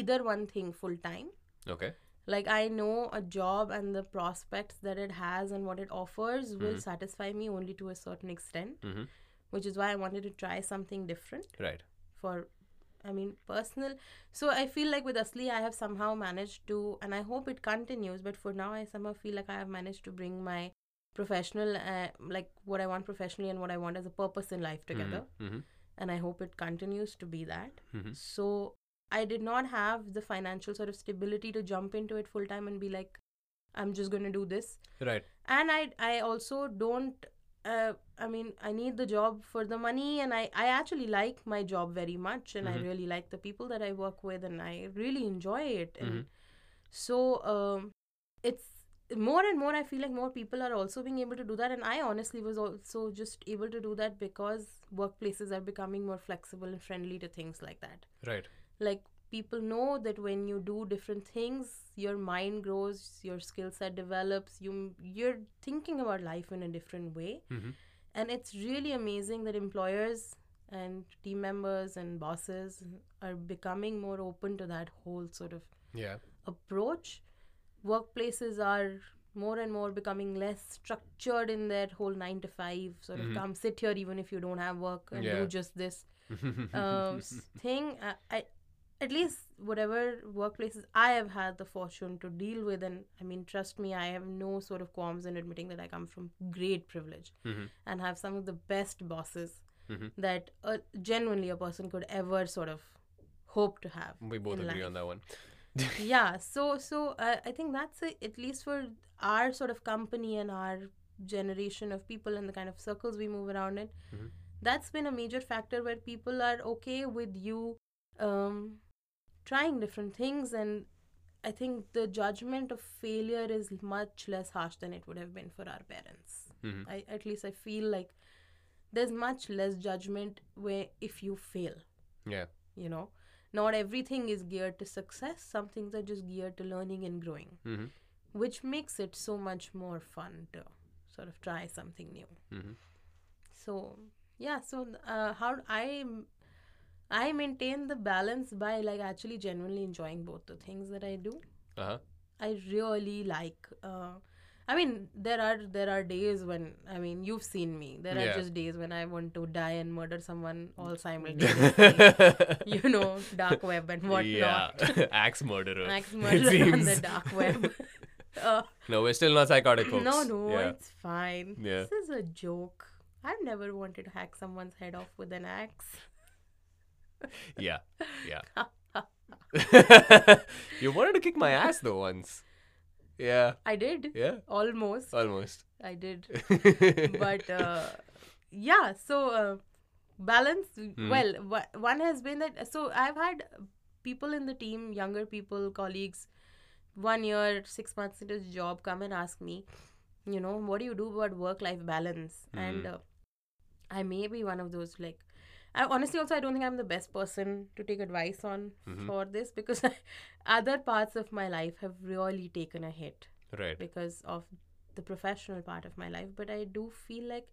[SPEAKER 2] either one thing full time
[SPEAKER 1] okay
[SPEAKER 2] like i know a job and the prospects that it has and what it offers will satisfy me only to a certain extent
[SPEAKER 1] Mhm.
[SPEAKER 2] which is why i wanted to try something different
[SPEAKER 1] right
[SPEAKER 2] for I mean personal so I feel like with Asli I have somehow managed to and I hope it continues but for now I somehow feel like I have managed to bring my professional uh, like what I want professionally and what I want as a purpose in life together
[SPEAKER 1] mm-hmm.
[SPEAKER 2] and I hope it continues to be that
[SPEAKER 1] Mhm.
[SPEAKER 2] so I did not have the financial sort of stability to jump into it full time and be like I'm just going to do this
[SPEAKER 1] right
[SPEAKER 2] and i i also don't uh, i mean i need the job for the money and i i actually like my job very much and i really like the people that i work with and i really enjoy it and so um it's more and more i feel like more people are also being able to do that and i honestly was also just able to do that because workplaces are becoming more flexible and friendly to things like that
[SPEAKER 1] right
[SPEAKER 2] like people know that when you do different things your mind grows your skill set develops you you're thinking about life in a different way
[SPEAKER 1] Mhm.
[SPEAKER 2] and it's really amazing that employers and team members and bosses are becoming more open to that whole sort of
[SPEAKER 1] yeah
[SPEAKER 2] approach workplaces are more and more becoming less structured in their whole 9 to 5 sort of come sit here even if you don't have work and
[SPEAKER 1] Yeah.
[SPEAKER 2] do just this
[SPEAKER 1] Mm-hmm.
[SPEAKER 2] uh, s- thing. I, I, at least whatever workplaces I have had the fortune to deal with, and I mean, trust me, I have no sort of qualms in admitting that I come from great privilege
[SPEAKER 1] Mhm.
[SPEAKER 2] and have some of the best bosses
[SPEAKER 1] Mhm.
[SPEAKER 2] that uh, genuinely a person could ever sort of hope to have.
[SPEAKER 1] we both
[SPEAKER 2] in
[SPEAKER 1] agree
[SPEAKER 2] life
[SPEAKER 1] on that one
[SPEAKER 2] yeah so so uh, i think that's it at least for our sort of company and our generation of people and the kind of circles we move around in
[SPEAKER 1] Mhm.
[SPEAKER 2] that's been a major factor where people are okay with you um, trying different things and I think the judgment of failure is much less harsh than it would have been for our parents.
[SPEAKER 1] Mhm.
[SPEAKER 2] I, at least I feel like there's much less judgment where if you fail,
[SPEAKER 1] Yeah.
[SPEAKER 2] you know, not everything is geared to success. Some things are just geared to learning and growing,
[SPEAKER 1] Mm-hmm.
[SPEAKER 2] which makes it so much more fun to sort of try something new.
[SPEAKER 1] Mhm.
[SPEAKER 2] So yeah, so uh, how I I maintain the balance by like actually genuinely enjoying both the things that I do.
[SPEAKER 1] Uh huh.
[SPEAKER 2] I really like. Uh, I mean, there are there are days when I mean you've seen me. There
[SPEAKER 1] Yeah.
[SPEAKER 2] are just days when I want to die and murder someone all simultaneously.
[SPEAKER 1] you
[SPEAKER 2] you know, dark web and whatnot.
[SPEAKER 1] yeah. Axe murderer.
[SPEAKER 2] Axe
[SPEAKER 1] it
[SPEAKER 2] murder on the
[SPEAKER 1] seems.
[SPEAKER 2] dark web. uh,
[SPEAKER 1] No, we're still not psychotic folks.
[SPEAKER 2] no, no,
[SPEAKER 1] Yeah.
[SPEAKER 2] it's fine.
[SPEAKER 1] Yeah.
[SPEAKER 2] This is a joke. I've never wanted to hack someone's head off with an axe.
[SPEAKER 1] Yeah. Yeah. you wanted to kick my ass though once. Yeah.
[SPEAKER 2] I did
[SPEAKER 1] Yeah. Uh,
[SPEAKER 2] almost.
[SPEAKER 1] Almost.
[SPEAKER 2] I did. but uh, yeah so uh, balance well wha- one has been that so i've had people in the team younger people colleagues one year six months into the job come and ask me you know what do you do about work life balance and uh, i may be one of those like I honestly also I don't think I'm the best person to take advice on for this because other parts of my life have really taken a hit
[SPEAKER 1] right.
[SPEAKER 2] because of the professional part of my life but i do feel like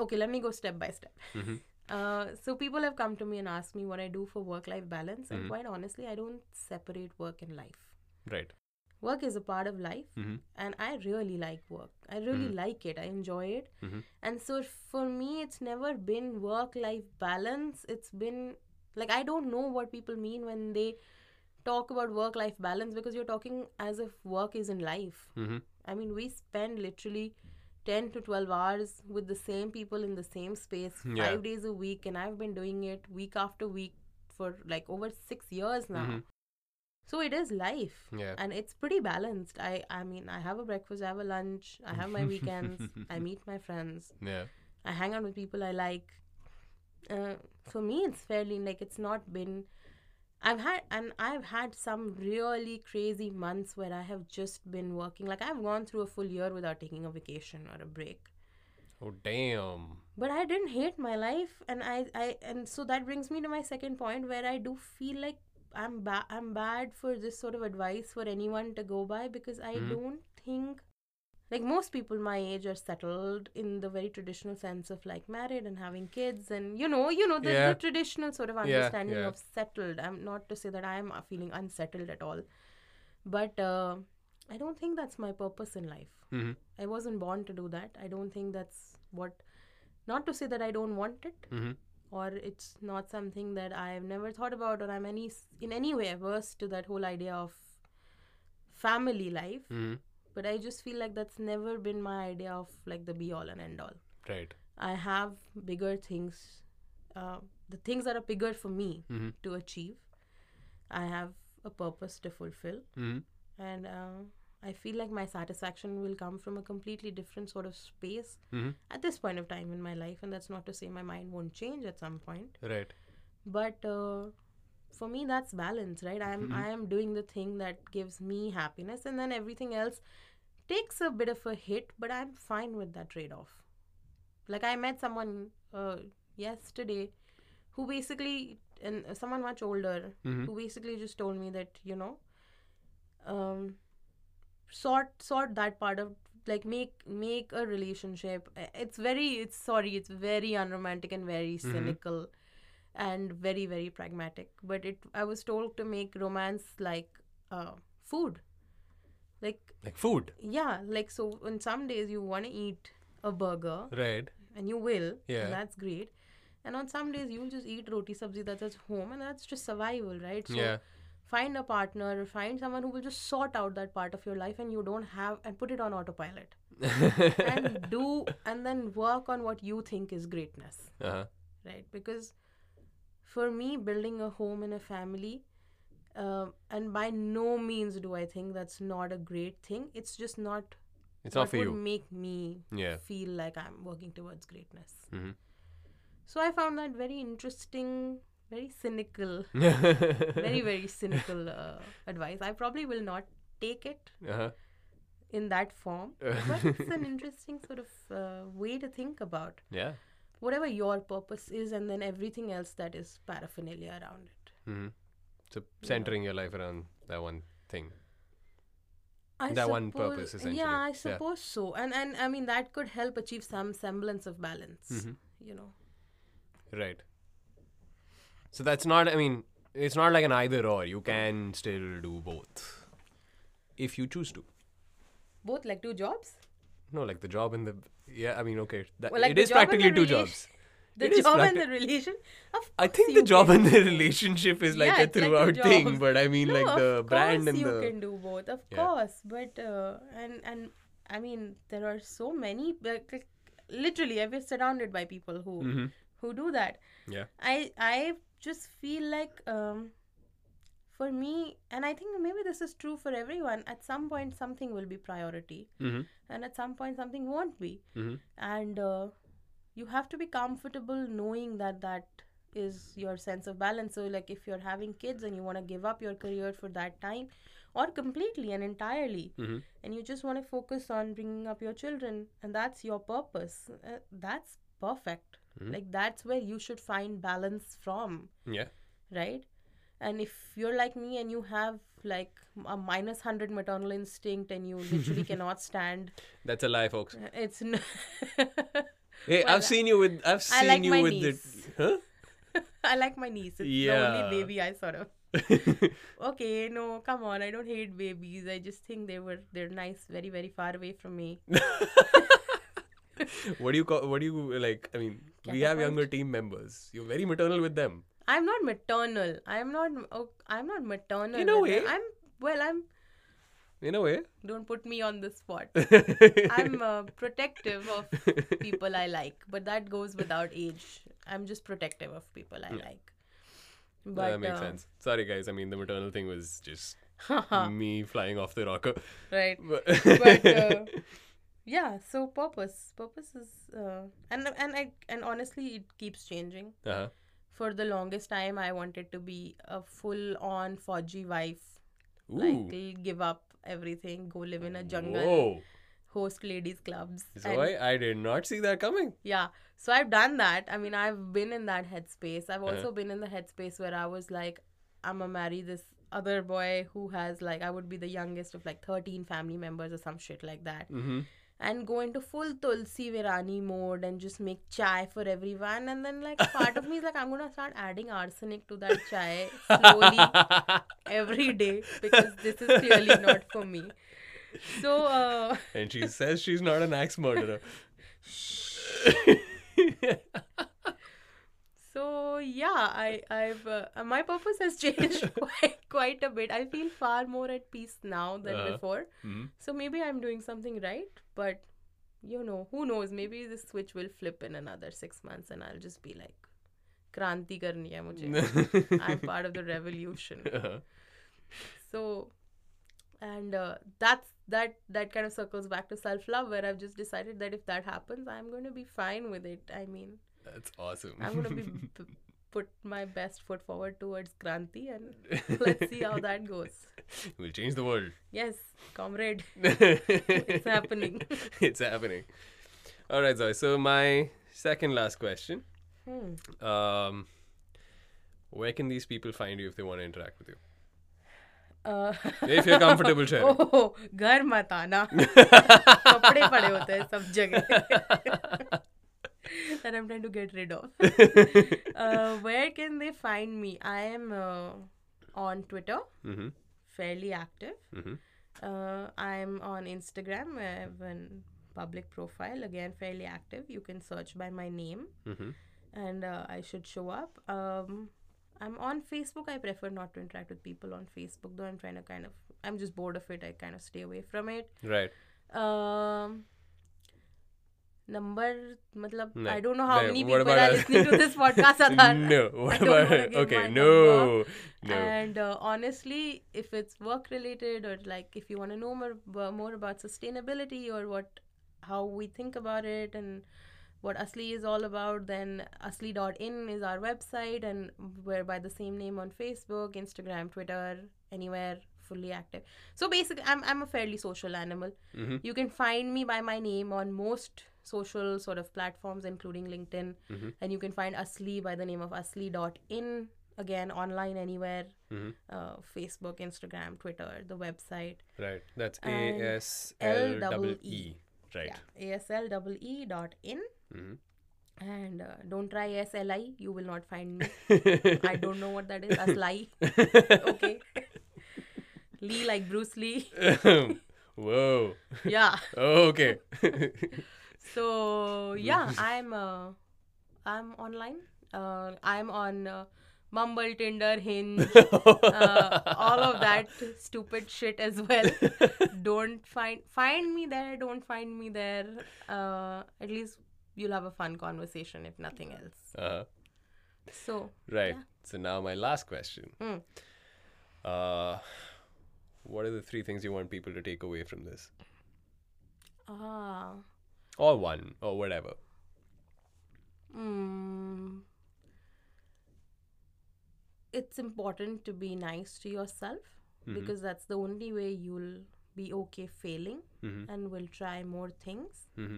[SPEAKER 2] okay let me go step by step
[SPEAKER 1] Mhm.
[SPEAKER 2] uh, so people have come to me and asked me what i do for work life balance
[SPEAKER 1] Mhm.
[SPEAKER 2] and quite honestly i don't separate work and life
[SPEAKER 1] Right.
[SPEAKER 2] work is a part of life
[SPEAKER 1] Mhm.
[SPEAKER 2] and i really like work i really like it i enjoy it
[SPEAKER 1] Mhm.
[SPEAKER 2] and so for me it's never been work life balance it's been like i don't know what people mean when they talk about work life balance because you're talking as if work is in life
[SPEAKER 1] Mhm.
[SPEAKER 2] I mean, we spend literally 10 to 12 hours with the same people in the same space
[SPEAKER 1] Yeah.
[SPEAKER 2] five days a week, and I've been doing it week after week for like over six years now.
[SPEAKER 1] Mhm.
[SPEAKER 2] So it is life,
[SPEAKER 1] Yeah.
[SPEAKER 2] and it's pretty balanced. I, I mean, I have a breakfast, I have a lunch, I have my weekends, I meet my friends,
[SPEAKER 1] Yeah.
[SPEAKER 2] I hang out with people I like. Uh, for me, it's fairly like it's not been. I've had and I've had some really crazy months where I have just been working. Like I've gone through a full year without taking a vacation or a break.
[SPEAKER 1] Oh damn.
[SPEAKER 2] But I didn't hate my life, and I, I and so that brings me to my second point where I do feel like I'm ba- I'm bad for this sort of advice for anyone to go by because I
[SPEAKER 1] Mhm.
[SPEAKER 2] don't think like most people my age are settled in the very traditional sense of like married and having kids and you know you know the,
[SPEAKER 1] Yeah.
[SPEAKER 2] the traditional sort of understanding
[SPEAKER 1] yeah.
[SPEAKER 2] of settled i'm not to say that i'm uh, feeling unsettled at all but uh, i don't think that's my purpose in life
[SPEAKER 1] Mhm.
[SPEAKER 2] i wasn't born to do that i don't think that's what not to say that i don't want it
[SPEAKER 1] Mhm.
[SPEAKER 2] or it's not something that i've never thought about or i'm any in any way averse to that whole idea of family life
[SPEAKER 1] Mhm.
[SPEAKER 2] but i just feel like that's never been my idea of like the be all and end all
[SPEAKER 1] Right.
[SPEAKER 2] i have bigger things uh, the things that are bigger for me
[SPEAKER 1] Mhm.
[SPEAKER 2] to achieve i have a purpose to fulfill
[SPEAKER 1] Mhm.
[SPEAKER 2] and uh, i feel like my satisfaction will come from a completely different sort of space
[SPEAKER 1] Mhm.
[SPEAKER 2] at this point of time in my life and that's not to say my mind won't change at some point
[SPEAKER 1] Right.
[SPEAKER 2] but uh, for me that's balance right i'm i am doing the thing that gives me happiness and then everything else takes a bit of a hit but i'm fine with that trade off like i met someone uh, yesterday who basically and someone much older
[SPEAKER 1] Mhm.
[SPEAKER 2] who basically just told me that you know um sort sort that part of like make make a relationship I- it's very it's sorry it's very unromantic and very cynical and very very pragmatic but it i was told to make romance like uh food like
[SPEAKER 1] Like food.
[SPEAKER 2] yeah like so on some days you want to eat a burger
[SPEAKER 1] Right.
[SPEAKER 2] and you will
[SPEAKER 1] Yeah.
[SPEAKER 2] and that's great and on some days you'll just eat roti sabzi that's at home and that's just survival right so
[SPEAKER 1] Yeah.
[SPEAKER 2] find a partner find someone who will just sort out that part of your life and you don't have and put it on autopilot
[SPEAKER 1] Uh-huh.
[SPEAKER 2] and do and then work on what you think is greatness
[SPEAKER 1] uh-huh.
[SPEAKER 2] right because for me building a home and a family um, and by no means do i think that's not a great thing it's just not
[SPEAKER 1] It's not
[SPEAKER 2] what
[SPEAKER 1] for
[SPEAKER 2] would
[SPEAKER 1] you.
[SPEAKER 2] make me
[SPEAKER 1] Yeah.
[SPEAKER 2] feel like i'm working towards greatness
[SPEAKER 1] Mhm.
[SPEAKER 2] so I found that very interesting very cynical, very,
[SPEAKER 1] Very
[SPEAKER 2] very cynical uh, advice. I probably will not take it
[SPEAKER 1] Uh-huh.
[SPEAKER 2] in that form, but it's an interesting sort of uh, way to think about
[SPEAKER 1] yeah.
[SPEAKER 2] whatever your purpose is and then everything else that is paraphernalia around it.
[SPEAKER 1] hmm So centering your life around that one thing.
[SPEAKER 2] I
[SPEAKER 1] That one
[SPEAKER 2] suppose-
[SPEAKER 1] purpose, essentially.
[SPEAKER 2] Yeah, I
[SPEAKER 1] Yeah.
[SPEAKER 2] suppose so. And and I mean that could help achieve some semblance of balance.
[SPEAKER 1] Mhm.
[SPEAKER 2] You know.
[SPEAKER 1] Right. So that's not. I mean, it's not like an either or. You can still do both, if you choose to.
[SPEAKER 2] Both like two jobs?
[SPEAKER 1] No, like the job and the yeah. I mean, okay, that,
[SPEAKER 2] Well, like
[SPEAKER 1] it
[SPEAKER 2] the
[SPEAKER 1] is
[SPEAKER 2] job and the
[SPEAKER 1] practically two
[SPEAKER 2] relation-
[SPEAKER 1] jobs.
[SPEAKER 2] The
[SPEAKER 1] It is
[SPEAKER 2] job and
[SPEAKER 1] practi-
[SPEAKER 2] the relation? Of
[SPEAKER 1] I
[SPEAKER 2] course
[SPEAKER 1] think the
[SPEAKER 2] you
[SPEAKER 1] job
[SPEAKER 2] can
[SPEAKER 1] and the
[SPEAKER 2] do
[SPEAKER 1] relationship is like
[SPEAKER 2] Yeah,
[SPEAKER 1] a
[SPEAKER 2] it's like the
[SPEAKER 1] throughout thing,
[SPEAKER 2] jobs.
[SPEAKER 1] but I mean,
[SPEAKER 2] No,
[SPEAKER 1] like
[SPEAKER 2] of
[SPEAKER 1] the brand
[SPEAKER 2] course
[SPEAKER 1] and
[SPEAKER 2] you
[SPEAKER 1] the
[SPEAKER 2] can do both of
[SPEAKER 1] Yeah.
[SPEAKER 2] course but uh, and and i mean there are so many like, like, literally i've been surrounded by people who
[SPEAKER 1] Mhm.
[SPEAKER 2] who do that
[SPEAKER 1] Yeah.
[SPEAKER 2] i i just feel like um for me and i think maybe this is true for everyone at some point something will be priority
[SPEAKER 1] Mhm.
[SPEAKER 2] and at some point something won't be
[SPEAKER 1] Mhm.
[SPEAKER 2] and uh, you have to be comfortable knowing that that is your sense of balance so like if you're having kids and you want to give up your career for that time or completely and entirely
[SPEAKER 1] Mhm.
[SPEAKER 2] and you just want to focus on bringing up your children and that's your purpose uh, that's perfect
[SPEAKER 1] Mhm.
[SPEAKER 2] like that's where you should find balance from
[SPEAKER 1] yeah,
[SPEAKER 2] right and if you're like me and you have like a minus 100 maternal instinct and you literally cannot stand
[SPEAKER 1] that's a lie, folks.
[SPEAKER 2] uh, it's n-
[SPEAKER 1] Hey,
[SPEAKER 2] Well,
[SPEAKER 1] I've seen you with I've
[SPEAKER 2] I
[SPEAKER 1] seen
[SPEAKER 2] like
[SPEAKER 1] you
[SPEAKER 2] my
[SPEAKER 1] with
[SPEAKER 2] niece.
[SPEAKER 1] the
[SPEAKER 2] I like my niece. It's the
[SPEAKER 1] Yeah.
[SPEAKER 2] only baby I sort of.
[SPEAKER 1] huh?
[SPEAKER 2] Okay, no, come on. I don't hate babies. I just think they were they're nice, very very far away from me.
[SPEAKER 1] what do you call? What do you like? I mean, we have
[SPEAKER 2] Catapult.
[SPEAKER 1] younger team members. You're very maternal with them.
[SPEAKER 2] I'm not maternal. I'm not. Oh, I'm not maternal.
[SPEAKER 1] In a
[SPEAKER 2] with them.
[SPEAKER 1] way.
[SPEAKER 2] I'm well. I'm.
[SPEAKER 1] In a way,
[SPEAKER 2] Don't put me on the spot.
[SPEAKER 1] I'm
[SPEAKER 2] I'm uh, protective of people I like, but that goes without age. I'm just protective of people I like. But
[SPEAKER 1] that makes
[SPEAKER 2] uh,
[SPEAKER 1] sense. Sorry, guys. I mean, the maternal thing was just me flying off the rocker.
[SPEAKER 2] right.
[SPEAKER 1] But,
[SPEAKER 2] but uh, yeah so purpose purpose is uh, and and I, and honestly it keeps changing
[SPEAKER 1] uh-huh.
[SPEAKER 2] for the longest time i wanted to be a full on foggy wife
[SPEAKER 1] Ooh.
[SPEAKER 2] like give up everything go live in a jungle
[SPEAKER 1] Whoa.
[SPEAKER 2] host ladies clubs and-
[SPEAKER 1] Zoe, I did not see that coming.
[SPEAKER 2] yeah so i've done that i mean i've been in that headspace i've
[SPEAKER 1] Uh-huh.
[SPEAKER 2] also been in the headspace where i was like i'm gonna marry this other boy who has like i would be the youngest of like 13 family members or some shit like that
[SPEAKER 1] Mm-hmm.
[SPEAKER 2] and go into full Tulsi Virani mode and just make chai for everyone. And then, like, part of me is like, I'm gonna start adding arsenic to that chai slowly every day because this is clearly not for me. So, uh,
[SPEAKER 1] and she says she's not an axe murderer.
[SPEAKER 2] so yeah, I, I've uh, my purpose has changed quite quite a bit. I feel far more at peace now than
[SPEAKER 1] Uh-huh.
[SPEAKER 2] before.
[SPEAKER 1] Mhm.
[SPEAKER 2] So maybe I'm doing something right, but you know, who knows? Maybe this switch will flip in another six months, and I'll just be like, "Kranti karni hai mujhe." I'm part of the revolution.
[SPEAKER 1] Uh-huh.
[SPEAKER 2] So, and uh, that's that that kind of circles back to self love, where I've just decided that if that happens, I'm going to be fine with it. I mean,
[SPEAKER 1] That's awesome.
[SPEAKER 2] I'm going to be p- put my best foot forward towards Kranti, and let's see how that goes.
[SPEAKER 1] We'll change the world.
[SPEAKER 2] Yes, comrade.
[SPEAKER 1] it's
[SPEAKER 2] happening.
[SPEAKER 1] it's happening. All right, Zoe. So my second last question:
[SPEAKER 2] Hmm.
[SPEAKER 1] um, Where can these people find you if they want to interact with you?
[SPEAKER 2] Uh,
[SPEAKER 1] If you're comfortable sharing.
[SPEAKER 2] oh, घर मत आना कपड़े पड़े होते हैं सब जगह that I'm trying to get rid of. uh, where can they find me? I am uh, on Twitter,
[SPEAKER 1] hmm
[SPEAKER 2] fairly active.
[SPEAKER 1] hmm
[SPEAKER 2] Uh, I'm on Instagram. I have a public profile, again, fairly active. You can search by my name
[SPEAKER 1] hmm
[SPEAKER 2] and uh, I should show up. Um, I'm on Facebook. I prefer not to interact with people on Facebook, though I'm trying to kind of, I'm just bored of it. I kind of stay away from it.
[SPEAKER 1] Right.
[SPEAKER 2] Um, number matlab
[SPEAKER 1] No.
[SPEAKER 2] I don't know how
[SPEAKER 1] No,
[SPEAKER 2] many
[SPEAKER 1] what
[SPEAKER 2] people
[SPEAKER 1] about
[SPEAKER 2] are
[SPEAKER 1] us?
[SPEAKER 2] listening to this podcast Adhan.
[SPEAKER 1] no. What
[SPEAKER 2] uh, don't wanna
[SPEAKER 1] about
[SPEAKER 2] give
[SPEAKER 1] okay?
[SPEAKER 2] my
[SPEAKER 1] No. No.
[SPEAKER 2] and uh, honestly if it's work related or like if you want to know more, more about sustainability or what how we think about it and what Asli is all about, then asli.in is our website, and we're by the same name on Facebook, Instagram, Twitter, anywhere fully active. So basically, I'm, I'm a fairly social animal.
[SPEAKER 1] Mhm.
[SPEAKER 2] You can find me by my name on most social sort of platforms, including LinkedIn,
[SPEAKER 1] Mhm.
[SPEAKER 2] and you can find Asli by the name of asli.in again online anywhere
[SPEAKER 1] Mhm.
[SPEAKER 2] uh, facebook instagram twitter the website
[SPEAKER 1] Right. That's
[SPEAKER 2] And
[SPEAKER 1] A S L double E.
[SPEAKER 2] LEE.
[SPEAKER 1] Right.
[SPEAKER 2] yeah asle E dot in
[SPEAKER 1] Mhm.
[SPEAKER 2] and uh, don't try asli you will not find me i
[SPEAKER 1] I
[SPEAKER 2] don't know what that is asli okay lee like bruce lee
[SPEAKER 1] don't. Mm-hmm. Whoa.
[SPEAKER 2] yeah
[SPEAKER 1] Okay. Uh-huh.
[SPEAKER 2] so yeah i'm uh, i'm online uh, i'm on uh, mumble tinder hinge uh, all of that stupid shit as well don't find find me there don't find me there uh, at least you'll have a fun conversation if nothing else
[SPEAKER 1] Uh-huh.
[SPEAKER 2] so
[SPEAKER 1] Right. So now my last question.
[SPEAKER 2] Mm.
[SPEAKER 1] Uh, what are the three things you want people to take away from this,
[SPEAKER 2] ah
[SPEAKER 1] or one, or whatever?
[SPEAKER 2] mm, it's important to be nice to yourself because that's the only way you'll be okay failing
[SPEAKER 1] Mhm.
[SPEAKER 2] and will try more things
[SPEAKER 1] hmm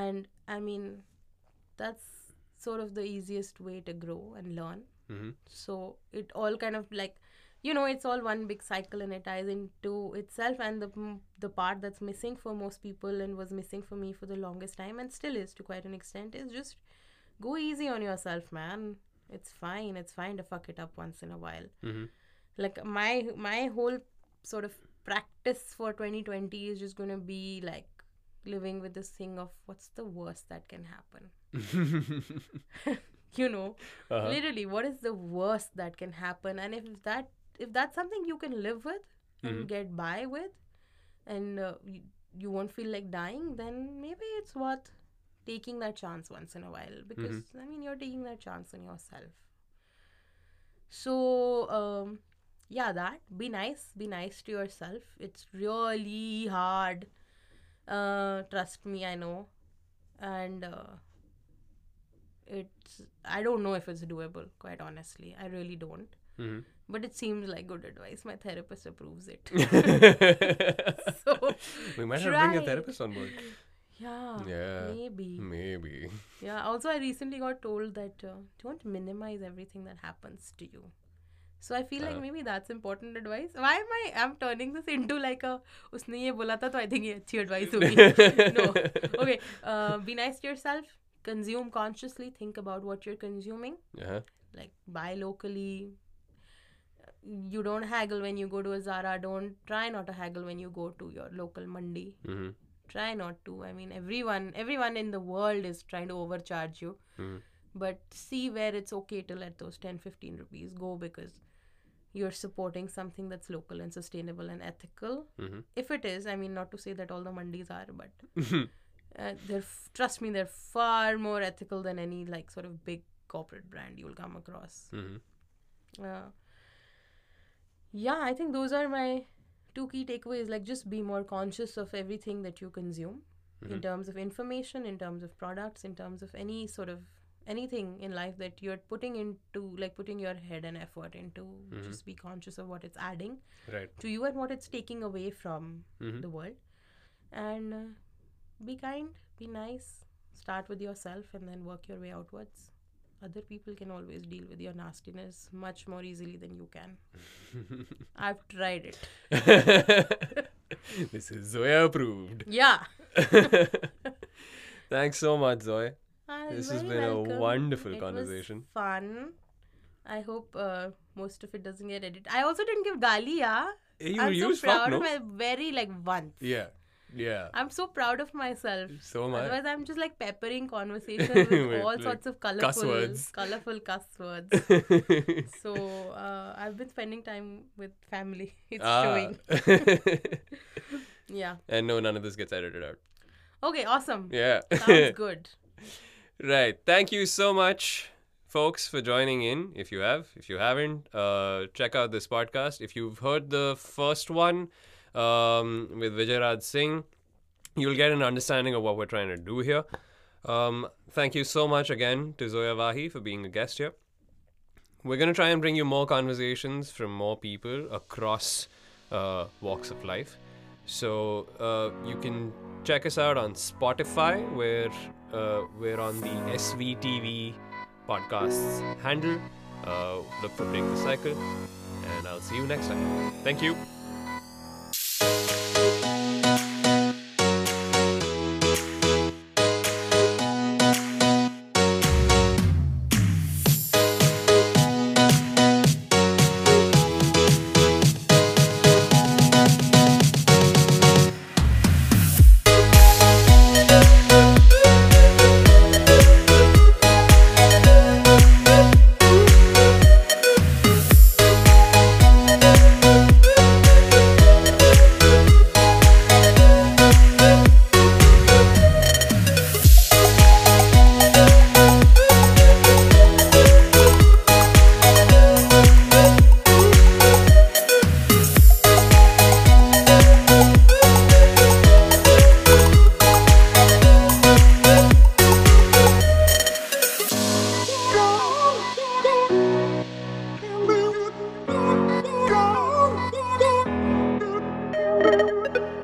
[SPEAKER 2] and i mean that's sort of the easiest way to grow and learn
[SPEAKER 1] hmm
[SPEAKER 2] so it all kind of like you know it's all one big cycle and it ties into itself and the m- the part that's missing for most people and was missing for me for the longest time and still is to quite an extent is just go easy on yourself man it's fine it's fine to fuck it up once in a while
[SPEAKER 1] hmm
[SPEAKER 2] like my my whole sort of practice for 2020 is just going to be like living with this thing of what's the worst that can happen
[SPEAKER 1] Mm-hmm.
[SPEAKER 2] you know
[SPEAKER 1] uh-huh.
[SPEAKER 2] literally what is the worst that can happen and if that if that's something you can live with and
[SPEAKER 1] Mhm.
[SPEAKER 2] get by with and uh, you, you won't feel like dying then maybe it's worth taking that chance once in a while because i mean you're taking that chance on yourself so um yeah that be nice be nice to yourself it's really hard uh trust me i know and uh, it's i don't know if it's doable quite honestly i really don't
[SPEAKER 1] Mhm.
[SPEAKER 2] but it seems like good advice my therapist approves it so
[SPEAKER 1] we might have to bring
[SPEAKER 2] try.
[SPEAKER 1] a therapist on board.
[SPEAKER 2] yeah,
[SPEAKER 1] Yeah. Hmm.
[SPEAKER 2] maybe
[SPEAKER 1] Maybe.
[SPEAKER 2] yeah also i recently got told that uh, don't minimize everything that happens to you so i feel like
[SPEAKER 1] Uh-huh.
[SPEAKER 2] maybe that's important advice why am i i'm turning this into like a usne ye bola tha to i think ye achhi advice hogi no okay uh, be nice to yourself consume consciously think about what you're consuming
[SPEAKER 1] Uh-huh.
[SPEAKER 2] like buy locally you don't haggle when you go to a zara don't try not to haggle when you go to your local mandi
[SPEAKER 1] hmm
[SPEAKER 2] try not to i mean everyone everyone in the world is trying to overcharge you
[SPEAKER 1] hmm
[SPEAKER 2] but see where it's okay to let those 10 15 rupees go because you're supporting something that's local and sustainable and ethical if it is i mean not to say that all the mandis are but
[SPEAKER 1] hmm
[SPEAKER 2] uh, they're f- trust me they're far more ethical than any like sort of big corporate brand you'll come across
[SPEAKER 1] hmm
[SPEAKER 2] uh, yeah i think those are my two key takeaways like just be more conscious of everything that you consume in terms of information in terms of products in terms of any sort of anything in life that you're putting into like putting your head and effort into just be conscious of what it's adding
[SPEAKER 1] Right.
[SPEAKER 2] to you and what it's taking away from
[SPEAKER 1] Mhm.
[SPEAKER 2] the world and uh, be kind be nice start with yourself and then work your way outwards other people can always deal with your nastiness much more easily than you can i've tried it
[SPEAKER 1] this is Zoya approved.
[SPEAKER 2] yeah
[SPEAKER 1] Thanks so much, Zoe.
[SPEAKER 2] Ah,
[SPEAKER 1] This has
[SPEAKER 2] very
[SPEAKER 1] been a
[SPEAKER 2] welcome.
[SPEAKER 1] wonderful
[SPEAKER 2] It was
[SPEAKER 1] conversation.
[SPEAKER 2] fun i hope uh, most of it doesn't get edited i also didn't give gali yeah
[SPEAKER 1] Eh, You
[SPEAKER 2] i'm so
[SPEAKER 1] used
[SPEAKER 2] proud
[SPEAKER 1] fuck, no?
[SPEAKER 2] of my very like once
[SPEAKER 1] Yeah. Yeah.
[SPEAKER 2] i'm so proud of myself
[SPEAKER 1] So much.
[SPEAKER 2] Otherwise, I'm just like peppering conversations with
[SPEAKER 1] With,
[SPEAKER 2] all
[SPEAKER 1] like,
[SPEAKER 2] sorts of colorful,
[SPEAKER 1] cuss words.
[SPEAKER 2] colorful cuss words. so uh, I've been spending time with family. It's
[SPEAKER 1] Ah.
[SPEAKER 2] showing. Yeah.
[SPEAKER 1] and no, none of this gets edited out.
[SPEAKER 2] Okay. Awesome.
[SPEAKER 1] Yeah.
[SPEAKER 2] Sounds good.
[SPEAKER 1] Right. Thank you so much, folks, for joining in. If you have, if you haven't, uh, check out this podcast. If you've heard the first one um, with Vijay Raj Singh, you'll get an understanding of what we're trying to do here. Um, thank you so much again to Zoya Vahi for being a guest here. We're going to try and bring you more conversations from more people across uh, walks of life. So uh, you can check us out on Spotify, where uh, we're on the SVTV podcasts handle. Uh, look for Break the Cycle, and I'll see you next time. Thank you.
[SPEAKER 3] Thank you.